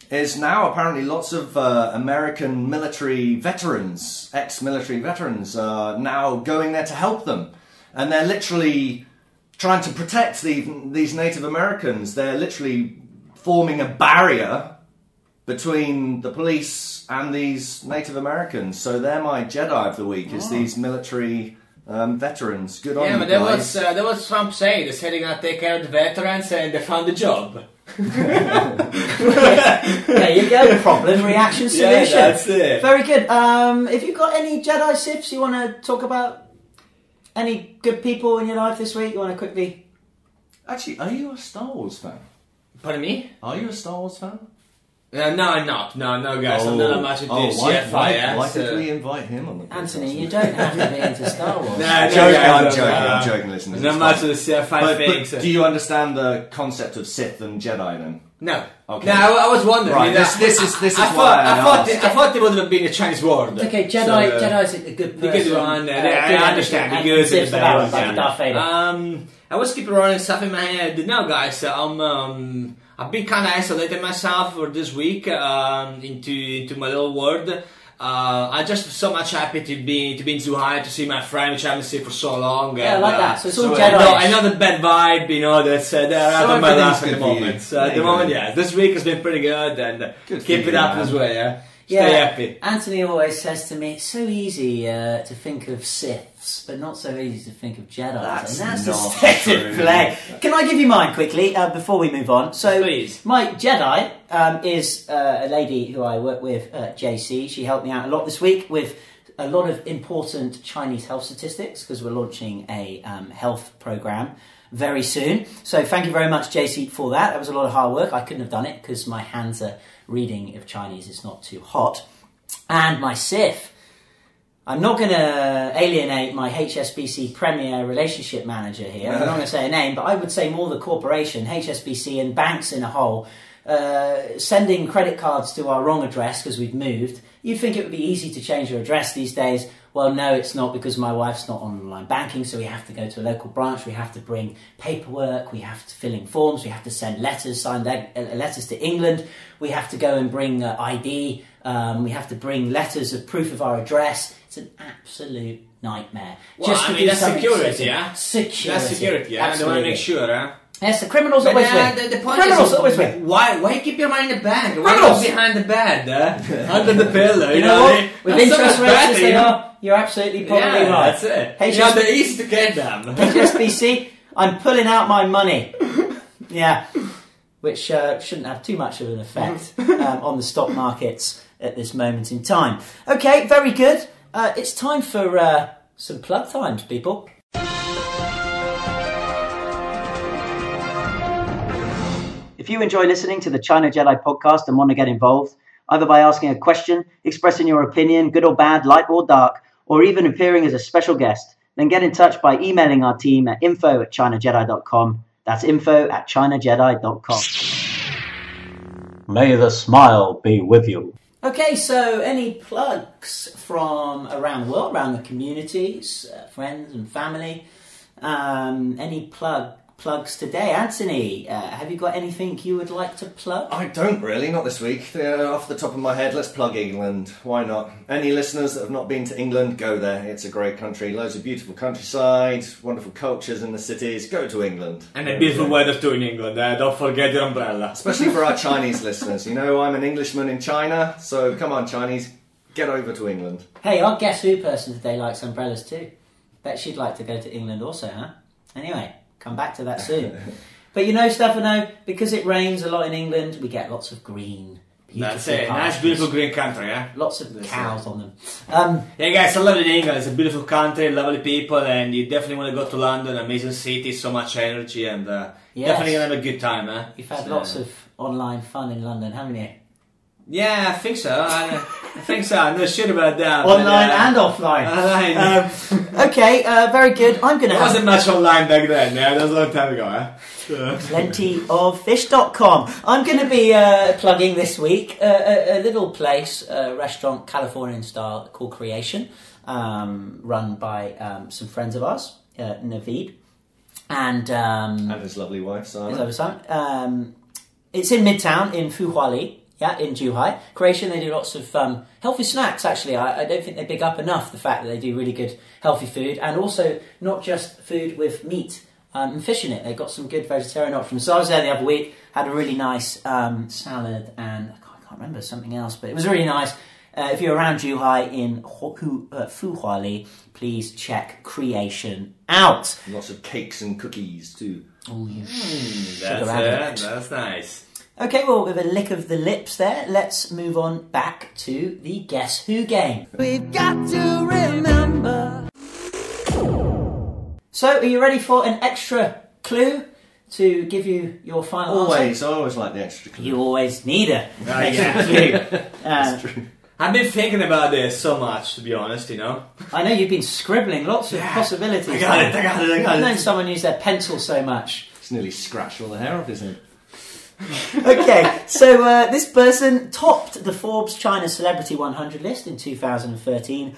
Speaker 4: is now apparently lots of uh, American military veterans, ex-military veterans, are now going there to help them, and they're literally trying to protect the, these Native Americans. They're literally forming a barrier between the police and these Native Americans. So they're my Jedi of the week. Is these military um, veterans? Good on
Speaker 5: Ah. yeah,
Speaker 4: you
Speaker 5: but that
Speaker 4: guys.
Speaker 5: was uh, that was Trump saying. They said they're gonna take care of the veterans, and they found a job.
Speaker 2: There you go. Problem, reaction,
Speaker 5: Yeah,
Speaker 2: solution.
Speaker 5: that's it.
Speaker 2: Very good. Um, have you got any Jedi sips you want to talk about? Any good people in your life this week you want to quickly?
Speaker 4: Actually, are you a Star Wars fan?
Speaker 5: Pardon me.
Speaker 4: Are you a Star Wars fan?
Speaker 5: Uh, no, I'm not. No, no, guys. I'm not a much of
Speaker 4: Oh,
Speaker 5: this
Speaker 4: why,
Speaker 5: CFI.
Speaker 4: why,
Speaker 5: eh,
Speaker 4: why
Speaker 5: so-
Speaker 4: did we invite him on the podcast?
Speaker 2: Anthony, you don't have to be into Star Wars.
Speaker 5: Nah,
Speaker 4: I'm
Speaker 5: no,
Speaker 4: joking,
Speaker 5: guys,
Speaker 4: I'm
Speaker 5: no,
Speaker 4: joking, I'm
Speaker 5: no.
Speaker 4: joking, listeners.
Speaker 5: Not
Speaker 4: it's
Speaker 5: much
Speaker 4: fine.
Speaker 5: of the CFI
Speaker 4: But,
Speaker 5: thing.
Speaker 4: but
Speaker 5: so-
Speaker 4: do you understand the concept of Sith and Jedi then?
Speaker 5: No.
Speaker 4: Okay.
Speaker 5: No, I, I was wondering.
Speaker 4: Right,
Speaker 5: you know,
Speaker 4: this- this is- this is
Speaker 5: I thought,
Speaker 4: why I
Speaker 5: I, thought
Speaker 4: asked.
Speaker 5: it, I thought it would have been a Chinese word.
Speaker 2: Okay, Jedi.
Speaker 5: So, uh,
Speaker 2: Jedi is a good
Speaker 5: the
Speaker 2: person.
Speaker 5: good one, uh, yeah, I
Speaker 2: good energy,
Speaker 5: understand, the
Speaker 2: and
Speaker 5: good and
Speaker 2: sips
Speaker 5: the
Speaker 2: about
Speaker 5: bad,
Speaker 2: like
Speaker 5: yeah.
Speaker 2: Darth Vader.
Speaker 5: Um, I was keeping running stuff in my head. No, guys, I'm um, I've been kind of isolating myself for this week um, into into my little world. Uh, I'm just so much happy to be to be in Zhuhai to see my friend, which I haven't seen for so long.
Speaker 2: yeah, I
Speaker 5: and,
Speaker 2: like
Speaker 5: uh,
Speaker 2: that. So it's all
Speaker 5: I
Speaker 2: Jedi.
Speaker 5: know, I know the bad vibe, you know, that's uh, they're out
Speaker 4: So
Speaker 5: of my life at
Speaker 4: everything's
Speaker 5: the
Speaker 4: good for you.
Speaker 5: moment. So at
Speaker 4: There
Speaker 5: the
Speaker 4: you
Speaker 5: moment,
Speaker 4: go.
Speaker 5: yeah, this week has been pretty good and uh,
Speaker 4: Good for
Speaker 5: keep it
Speaker 4: you,
Speaker 5: up
Speaker 4: man.
Speaker 5: this way, yeah.
Speaker 2: yeah,
Speaker 5: Stay happy.
Speaker 2: Anthony always says to me, "It's so easy uh, to think of Siths, but not so easy to think of Jedi."
Speaker 4: That's
Speaker 2: and that's
Speaker 4: not
Speaker 2: a state of
Speaker 4: true.
Speaker 2: play. Can I give you mine quickly uh, before we move on? So,
Speaker 5: Please.
Speaker 2: my Jedi um, is uh, a lady who I work with, uh, JC. She helped me out a lot this week with a lot of important Chinese health statistics because we're launching a um, health program very soon. So, thank you very much, JC, for that. That was a lot of hard work. I couldn't have done it because my hands are reading of Chinese is not too hot. And my Sif I'm not going to alienate my HSBC Premier Relationship Manager here. I'm not going to say a name, but I would say more the corporation, HSBC, and banks in a whole, uh, sending credit cards to our wrong address because we've moved. You'd think it would be easy to change your address these days. Well, no, it's not because my wife's not on online banking, so we have to go to a local branch, we have to bring paperwork, we have to fill in forms, we have to send letters, signed le- uh, letters to England, we have to go and bring uh, ID, um, we have to bring letters of proof of our address. It's an absolute nightmare.
Speaker 5: Well, I mean, that's
Speaker 2: something
Speaker 5: security,
Speaker 2: simple.
Speaker 5: yeah?
Speaker 2: Security.
Speaker 5: That's security, yeah? They want to
Speaker 2: absolutely.
Speaker 5: make sure, huh?
Speaker 2: Yes, the criminals
Speaker 5: But
Speaker 2: always
Speaker 5: uh,
Speaker 2: win.
Speaker 5: the, the point
Speaker 2: criminals
Speaker 5: is,
Speaker 2: always win.
Speaker 5: why why keep your mind in the bag? Why
Speaker 2: Criminals!
Speaker 5: not behind the bed, uh, under the pillow? You,
Speaker 2: You know
Speaker 5: what I
Speaker 2: what?
Speaker 5: mean?
Speaker 2: With
Speaker 5: That's so
Speaker 2: interest
Speaker 5: much
Speaker 2: rates
Speaker 5: better,
Speaker 2: as they
Speaker 5: you know?
Speaker 2: are, you're absolutely probably
Speaker 5: yeah,
Speaker 2: right.
Speaker 5: that's it.
Speaker 2: Hey,
Speaker 5: you know,
Speaker 2: just-
Speaker 5: they're easy to get them.
Speaker 2: HSBC, I'm pulling out my money. Yeah, which uh, shouldn't have too much of an effect um, on the stock markets at this moment in time. Okay, very good. Uh, it's time for uh, some plug times, people.
Speaker 6: If you enjoy listening to the China Jedi podcast and want to get involved, either by asking a question, expressing your opinion, good or bad, light or dark, or even appearing as a special guest, then get in touch by emailing our team at info at chinajedi.com. That's info at chinajedi.com. May the smile be with you.
Speaker 2: Okay, so any plugs from around the world, around the communities, uh, friends and family? Um, any plug plugs today, Anthony? Uh, have you got anything you would like to plug?
Speaker 4: I don't really, not this week. Uh, off the top of my head, let's plug England. Why not? Any listeners that have not been to England, go there. It's a great country. Loads of beautiful countryside, wonderful cultures in the cities. Go to England.
Speaker 5: and a beautiful weather too in England. Uh, don't forget your umbrella.
Speaker 4: Especially for our Chinese listeners. You know, I'm an Englishman in China, so come on, Chinese, get over to England.
Speaker 2: Hey, our guess who person today likes umbrellas too. Bet she'd like to go to England also, huh? Anyway, come back to that soon. but you know, Stefano, because it rains a lot in England, we get lots of green.
Speaker 5: That's
Speaker 2: beautiful
Speaker 5: it. Nice,
Speaker 2: pastures,
Speaker 5: beautiful green country, eh? yeah?
Speaker 2: Lots of cows on them. Um,
Speaker 5: Hey guys, I love it in England. It's a beautiful country, lovely people, and you definitely want to go to London. Amazing city, so much energy, and uh,
Speaker 2: Yes.
Speaker 5: definitely gonna have a good time, eh?
Speaker 2: You've had
Speaker 5: So-
Speaker 2: lots of online fun in London, haven't you?
Speaker 5: Yeah, I think so. I, I think so. I'm not sure about that. but,
Speaker 2: Online
Speaker 5: uh,
Speaker 2: and offline.
Speaker 5: Online.
Speaker 2: Um, okay, uh, very good. I'm going to
Speaker 5: There
Speaker 2: have
Speaker 5: wasn't much online back then. Yeah, that was a long time ago. Eh?
Speaker 2: plenty of fish.com. I'm going to be uh, plugging this week uh, a, a little place, a restaurant, Californian style, called Creation, um, run by um, some friends of ours, uh, Naveed. And um,
Speaker 4: And his lovely wife, Simon.
Speaker 2: is over some- Um, it's in Midtown in Fuhuali, yeah, in Zhuhai. Croatian, they do lots of um, healthy snacks, actually. I, I don't think they big up enough the fact that they do really good healthy food and also not just food with meat um, and fish in it. They've got some good vegetarian options. So I was there the other week, had a really nice um, salad and I can't, I can't remember something else, but it was really nice. Uh, if you're around Zhuhai in Hoku, uh, Fuhuali, please check Creation out.
Speaker 4: Lots of cakes and cookies, too.
Speaker 2: Oh, you
Speaker 5: That's
Speaker 2: rabbit.
Speaker 5: it. That's nice.
Speaker 2: Okay, well, with a lick of the lips there, let's move on back to the Guess Who game.
Speaker 3: We've got to remember.
Speaker 2: So, are you ready for an extra clue to give you your final answer?
Speaker 5: Oh,
Speaker 4: Always, I always like the extra
Speaker 2: You always need it.
Speaker 5: yeah.
Speaker 2: Uh,
Speaker 4: true.
Speaker 5: I've been thinking about this so much, to be honest. You know.
Speaker 2: I know you've been scribbling lots of possibilities.
Speaker 5: I got it. I got it. I got
Speaker 2: I've known
Speaker 5: it.
Speaker 2: someone use their pencil so much.
Speaker 4: It's nearly scratched all the hair off his head.
Speaker 2: okay, so uh, this person topped the Forbes China Celebrity 100 list in 2013.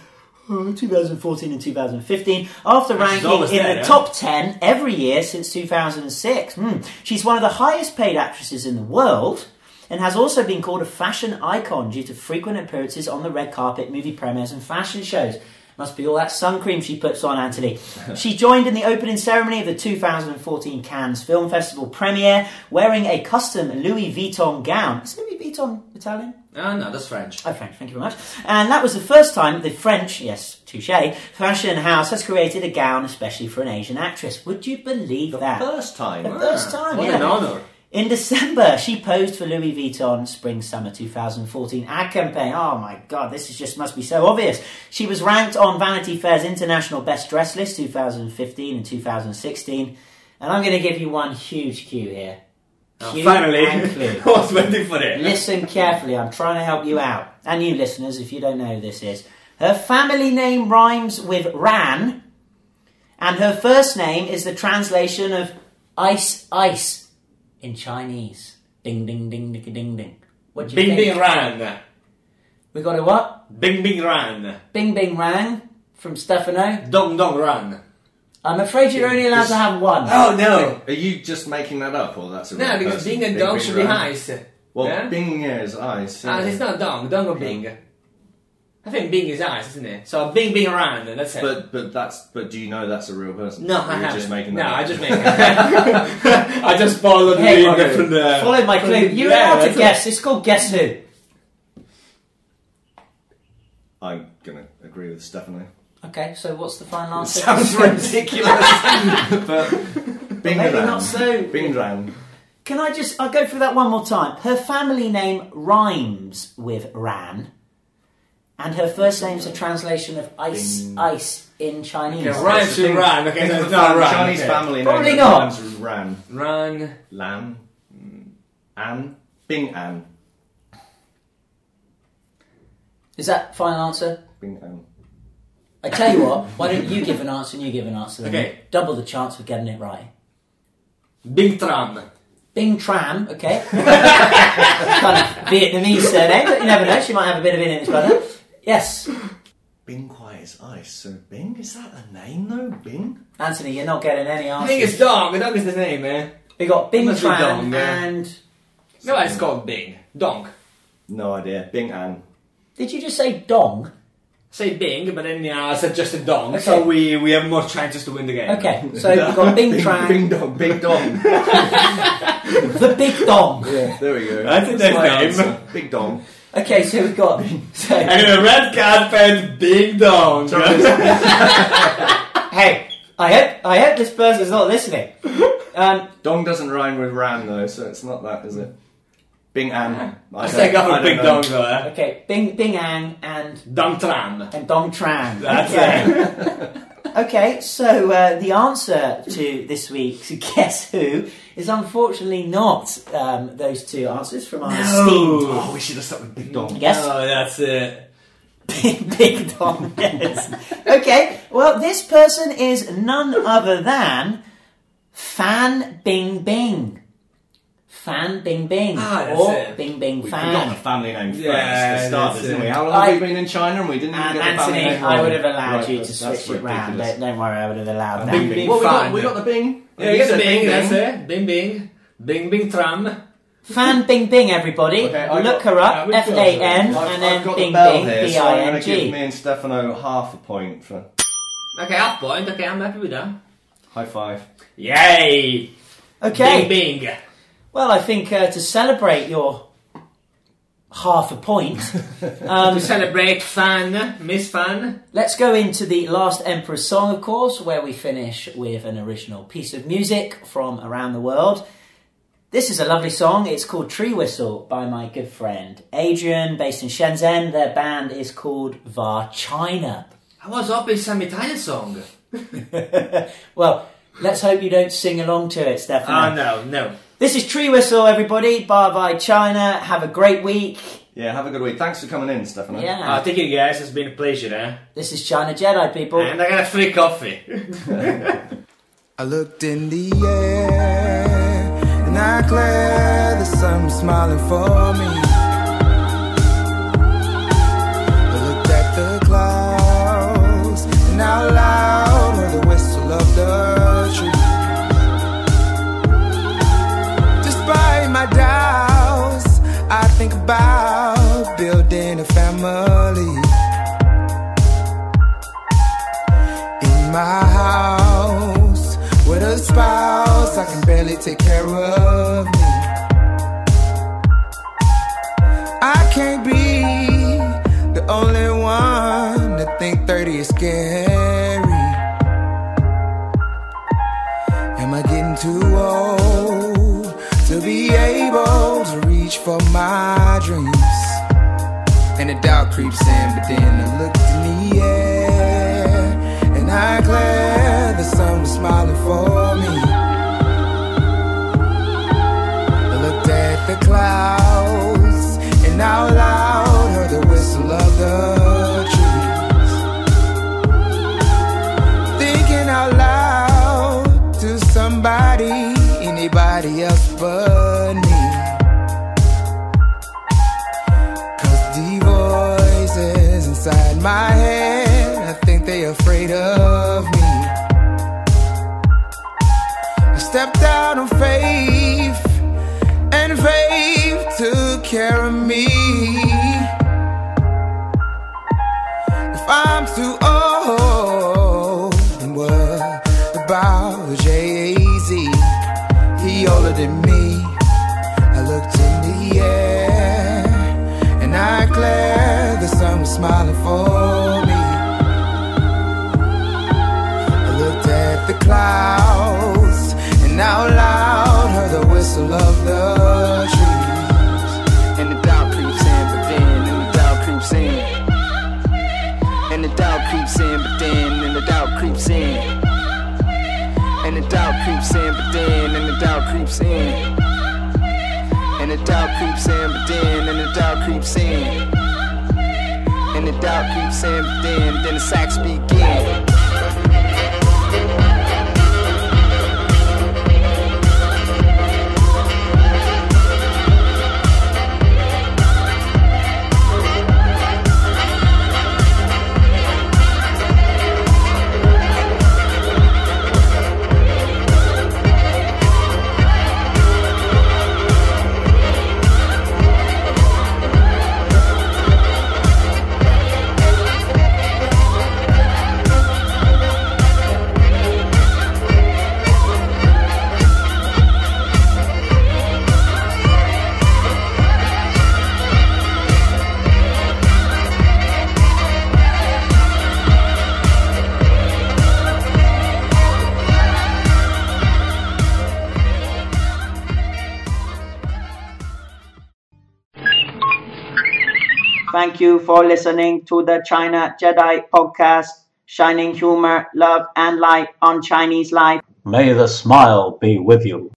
Speaker 2: uh, 2014 and 2015, after ranking
Speaker 5: always
Speaker 2: in
Speaker 5: there,
Speaker 2: the
Speaker 5: yeah.
Speaker 2: top 10 every year since 2006. Hmm. She's one of the highest paid actresses in the world and has also been called a fashion icon due to frequent appearances on the red carpet, movie premieres, and fashion shows. Must be all that sun cream she puts on, Anthony. She joined in the opening ceremony of the 2014 Cannes Film Festival premiere wearing a custom Louis Vuitton gown. Is Louis Vuitton Italian?
Speaker 5: Oh no, that's French.
Speaker 2: Oh, French, thank you very much. And that was the first time the French, yes, touche, fashion house has created a gown especially for an Asian actress. Would you believe that?
Speaker 4: First time.
Speaker 2: The first time,
Speaker 5: What
Speaker 2: yeah.
Speaker 5: an honor.
Speaker 2: In December, she posed for Louis Vuitton Spring Summer 2014 ad campaign. Oh my god, this is just must be so obvious. She was ranked on Vanity Fair's International Best Dress list 2015 and 2016. And I'm going to give you one huge cue here. Cue
Speaker 5: Oh, Finally,
Speaker 2: and
Speaker 5: I
Speaker 2: clue.
Speaker 5: was waiting for it.
Speaker 2: Listen carefully, I'm trying to help you out. And you listeners, if you don't know who this is, Her family name rhymes with Ran, and her first name is the translation of Ice Ice in Chinese. Ding ding ding ding ding ding. What do you
Speaker 5: Bing
Speaker 2: think?
Speaker 5: Bing Ran.
Speaker 2: We got a what?
Speaker 5: Bing Bing Ran.
Speaker 2: Bing Bing Rang from Stefano.
Speaker 5: Dong Dong Ran.
Speaker 2: I'm afraid you're only allowed to have one.
Speaker 5: Oh no!
Speaker 4: Are you just making that up, or that's a
Speaker 5: No,
Speaker 4: real
Speaker 5: because
Speaker 4: person?
Speaker 5: Bing and Dong should be
Speaker 4: Ran?
Speaker 5: nice.
Speaker 4: Well,
Speaker 5: yeah?
Speaker 4: Bing is ice.
Speaker 5: Ah,
Speaker 4: yeah.
Speaker 5: it's not Dong, Dong or Bing. I think Bing is nice, isn't it? So Bing Bing Ran, that's it.
Speaker 4: But but that's but do you know that's a real person?
Speaker 5: no,
Speaker 4: Or
Speaker 5: I
Speaker 4: you're
Speaker 5: haven't.
Speaker 4: just making
Speaker 5: no,
Speaker 4: that.
Speaker 5: I
Speaker 4: up?
Speaker 5: just make it. I just followed
Speaker 2: Hey,
Speaker 5: the
Speaker 4: okay.
Speaker 5: from the.
Speaker 2: Follow my clue. You're
Speaker 5: Yeah,
Speaker 2: allowed to
Speaker 5: that's
Speaker 2: guess. It's called Guess Who.
Speaker 4: I'm gonna agree with Stephanie.
Speaker 2: Okay, so what's the final answer?
Speaker 4: Sounds ridiculous, but Bing
Speaker 2: Maybe
Speaker 4: Ran.
Speaker 2: not so-
Speaker 4: Bing Ran.
Speaker 2: Can I just? I'll go through that one more time. Her family name rhymes with Ran, and her first name's a translation of ice,
Speaker 4: Bing.
Speaker 2: ice in Chinese.
Speaker 5: Okay, Ran should
Speaker 4: Bing-
Speaker 5: Ran. Okay,
Speaker 4: Bing
Speaker 5: no,
Speaker 4: of
Speaker 5: it's
Speaker 4: the
Speaker 5: not
Speaker 4: fam-
Speaker 5: Ran.
Speaker 4: Chinese
Speaker 5: okay.
Speaker 4: family name.
Speaker 2: Probably
Speaker 4: that
Speaker 2: not.
Speaker 4: rhymes with Ran.
Speaker 5: Ran.
Speaker 4: Lam. mm, An. Bing An.
Speaker 2: Is that final answer?
Speaker 4: Bing An.
Speaker 2: I tell you what. Why don't you give an answer and you give an answer? then
Speaker 5: Okay.
Speaker 2: Double the chance of getting it right.
Speaker 5: Bing Tran.
Speaker 2: Bing Tran, okay. kind of Vietnamese surname, but you never know. She might have a bit of Indian in brother. Yes,
Speaker 4: Bing Quiet is ice. So Bing is that a name though? Bing.
Speaker 2: Anthony, you're not getting any
Speaker 5: I think
Speaker 2: answers.
Speaker 5: it's Dong. Dong is the name, man.
Speaker 2: We got Bing
Speaker 5: must be
Speaker 2: Tran
Speaker 5: Dong, yeah.
Speaker 2: and
Speaker 5: No, it's called Bing. Dong.
Speaker 4: No idea. Bing An.
Speaker 2: did you just say Dong?
Speaker 5: Say Bing, but then uh, I suggested Dong,
Speaker 2: Okay.
Speaker 5: so we, we have more chances to win the game.
Speaker 2: Okay, so we've got Bing Tran,
Speaker 4: Bing Dong. Bing Dong.
Speaker 2: the Big Dong.
Speaker 4: yeah, there we go.
Speaker 5: That's a nice
Speaker 4: my
Speaker 5: name.
Speaker 4: answer. Big Dong.
Speaker 2: Okay, so we've got so,
Speaker 5: And in a red carpet, Bing Dong.
Speaker 2: hey, I hope I hope this person's not listening. Um,
Speaker 4: Dong doesn't rhyme with Ran though, so it's not that, is it? Bing An. I
Speaker 5: I think
Speaker 4: don't-
Speaker 5: I'm
Speaker 4: I
Speaker 5: a
Speaker 4: don't
Speaker 5: Big
Speaker 4: know.
Speaker 5: Dong though. eh?
Speaker 2: okay, Bing Bing Ang and
Speaker 5: Dong Tran.
Speaker 2: and Dong Tran.
Speaker 5: That's
Speaker 2: okay.
Speaker 5: it.
Speaker 2: Okay, so uh, the answer to this week's Guess Who is unfortunately not um, those two answers from our esteemed
Speaker 5: Oh,
Speaker 4: Oh, we should have stuck with Big Dong.
Speaker 2: guest,
Speaker 5: Oh, that's it.
Speaker 2: Big Dong. Yes. okay, well, this person is none other than Fan Bing Bing. Fan Bing Bing.
Speaker 5: Ah, that's
Speaker 2: or
Speaker 5: it.
Speaker 2: Bing Bing
Speaker 4: We forgot
Speaker 2: Fan.
Speaker 4: the
Speaker 2: Ah,
Speaker 4: family name first
Speaker 5: Yeah,
Speaker 4: to start,
Speaker 5: that's
Speaker 4: didn't
Speaker 5: it.
Speaker 4: we? How long have
Speaker 2: I-
Speaker 4: we been in China and we didn't even
Speaker 2: And
Speaker 4: get the family
Speaker 2: Anthony,
Speaker 4: name
Speaker 2: I
Speaker 4: right?
Speaker 2: would have allowed
Speaker 4: Right,
Speaker 2: you to
Speaker 4: that's-
Speaker 2: switch
Speaker 4: that's
Speaker 2: it round.
Speaker 4: ridiculous.
Speaker 2: Don't, don't worry, I would have allowed that.
Speaker 5: Bing Bing
Speaker 4: Well, we got,
Speaker 5: Fan.
Speaker 4: we got the Bing.
Speaker 5: Yeah, you
Speaker 4: You
Speaker 5: get the
Speaker 4: said
Speaker 5: Bing, that's
Speaker 4: Bing.
Speaker 5: it. Bing Bing. Bing Bing Tran.
Speaker 2: Fan Bing Bing, everybody.
Speaker 4: Okay, I
Speaker 2: Look
Speaker 4: got-
Speaker 2: her
Speaker 5: yeah,
Speaker 2: up.
Speaker 5: we've
Speaker 2: F
Speaker 5: got-
Speaker 2: A N
Speaker 4: I've,
Speaker 2: and then
Speaker 4: I've got
Speaker 2: Bing
Speaker 4: the bell
Speaker 2: Bing
Speaker 4: here,
Speaker 2: B
Speaker 4: so I'm
Speaker 2: I
Speaker 4: going
Speaker 2: N
Speaker 4: to give me
Speaker 2: G.
Speaker 4: and Stefano half a point for
Speaker 5: Okay, up point. Okay, I'm happy with that.
Speaker 4: high five.
Speaker 5: Yay!
Speaker 2: Okay.
Speaker 5: Bing Bing.
Speaker 2: Well, I think uh, to celebrate your half a point,
Speaker 5: To celebrate fan, Miss Fan.
Speaker 2: let's go into the last Emperor's Song, of course, where we finish with an original piece of music from around the world. This is a lovely song. It's called Tree Whistle by my good friend Adrian, based in Shenzhen. Their band is called Var China.
Speaker 5: I was hoping some Italian song.
Speaker 2: Well, let's hope you don't sing along to it, Stefano.
Speaker 5: Oh, no, no.
Speaker 2: This is Tree Whistle, everybody. Bye bye, China. Have a great week.
Speaker 4: Yeah, have a good week. Thanks for coming in, Stefano.
Speaker 2: Yeah.
Speaker 5: Uh, thank you guys, it's been a pleasure, eh?
Speaker 2: this is China Jedi, people.
Speaker 5: And I got a free coffee.
Speaker 7: I looked in the air and I glared there's something smiling for me. I looked at the clouds and out loud heard the whistle of the tree. Despite my doubts, I think about building a family. in my house with a spouse I can barely take care of me. I can't be the only one to think 30 is scary. Am I getting too old to be able to reach for my dreams? And the doubt creeps in, but then I looked in the air And I glad the sun was smiling for me I looked at the clouds And out loud heard the whistle of the tree nobody else but me. Cause the voices inside my head, I think they afraid of me. I stepped out on faith, and faith took care of me. If I'm too old, then what about Jay Z? He older than me. I looked in the air and I declare the sun was smiling for me. I looked at the clouds and out loud heard the whistle of the trees. And the doubt creeps in, but then and the doubt creeps in. And the doubt creeps in, but then, and the doubt creeps in. And the doubt creeps in, but then, and the doubt creeps in. And the doubt creeps in, but then, and the doubt creeps in. And the doubt creeps in, but then, then the sacks begin.
Speaker 6: Thank you for listening to the China Jedi podcast, shining humor, love, and light on Chinese life. May the smile be with you.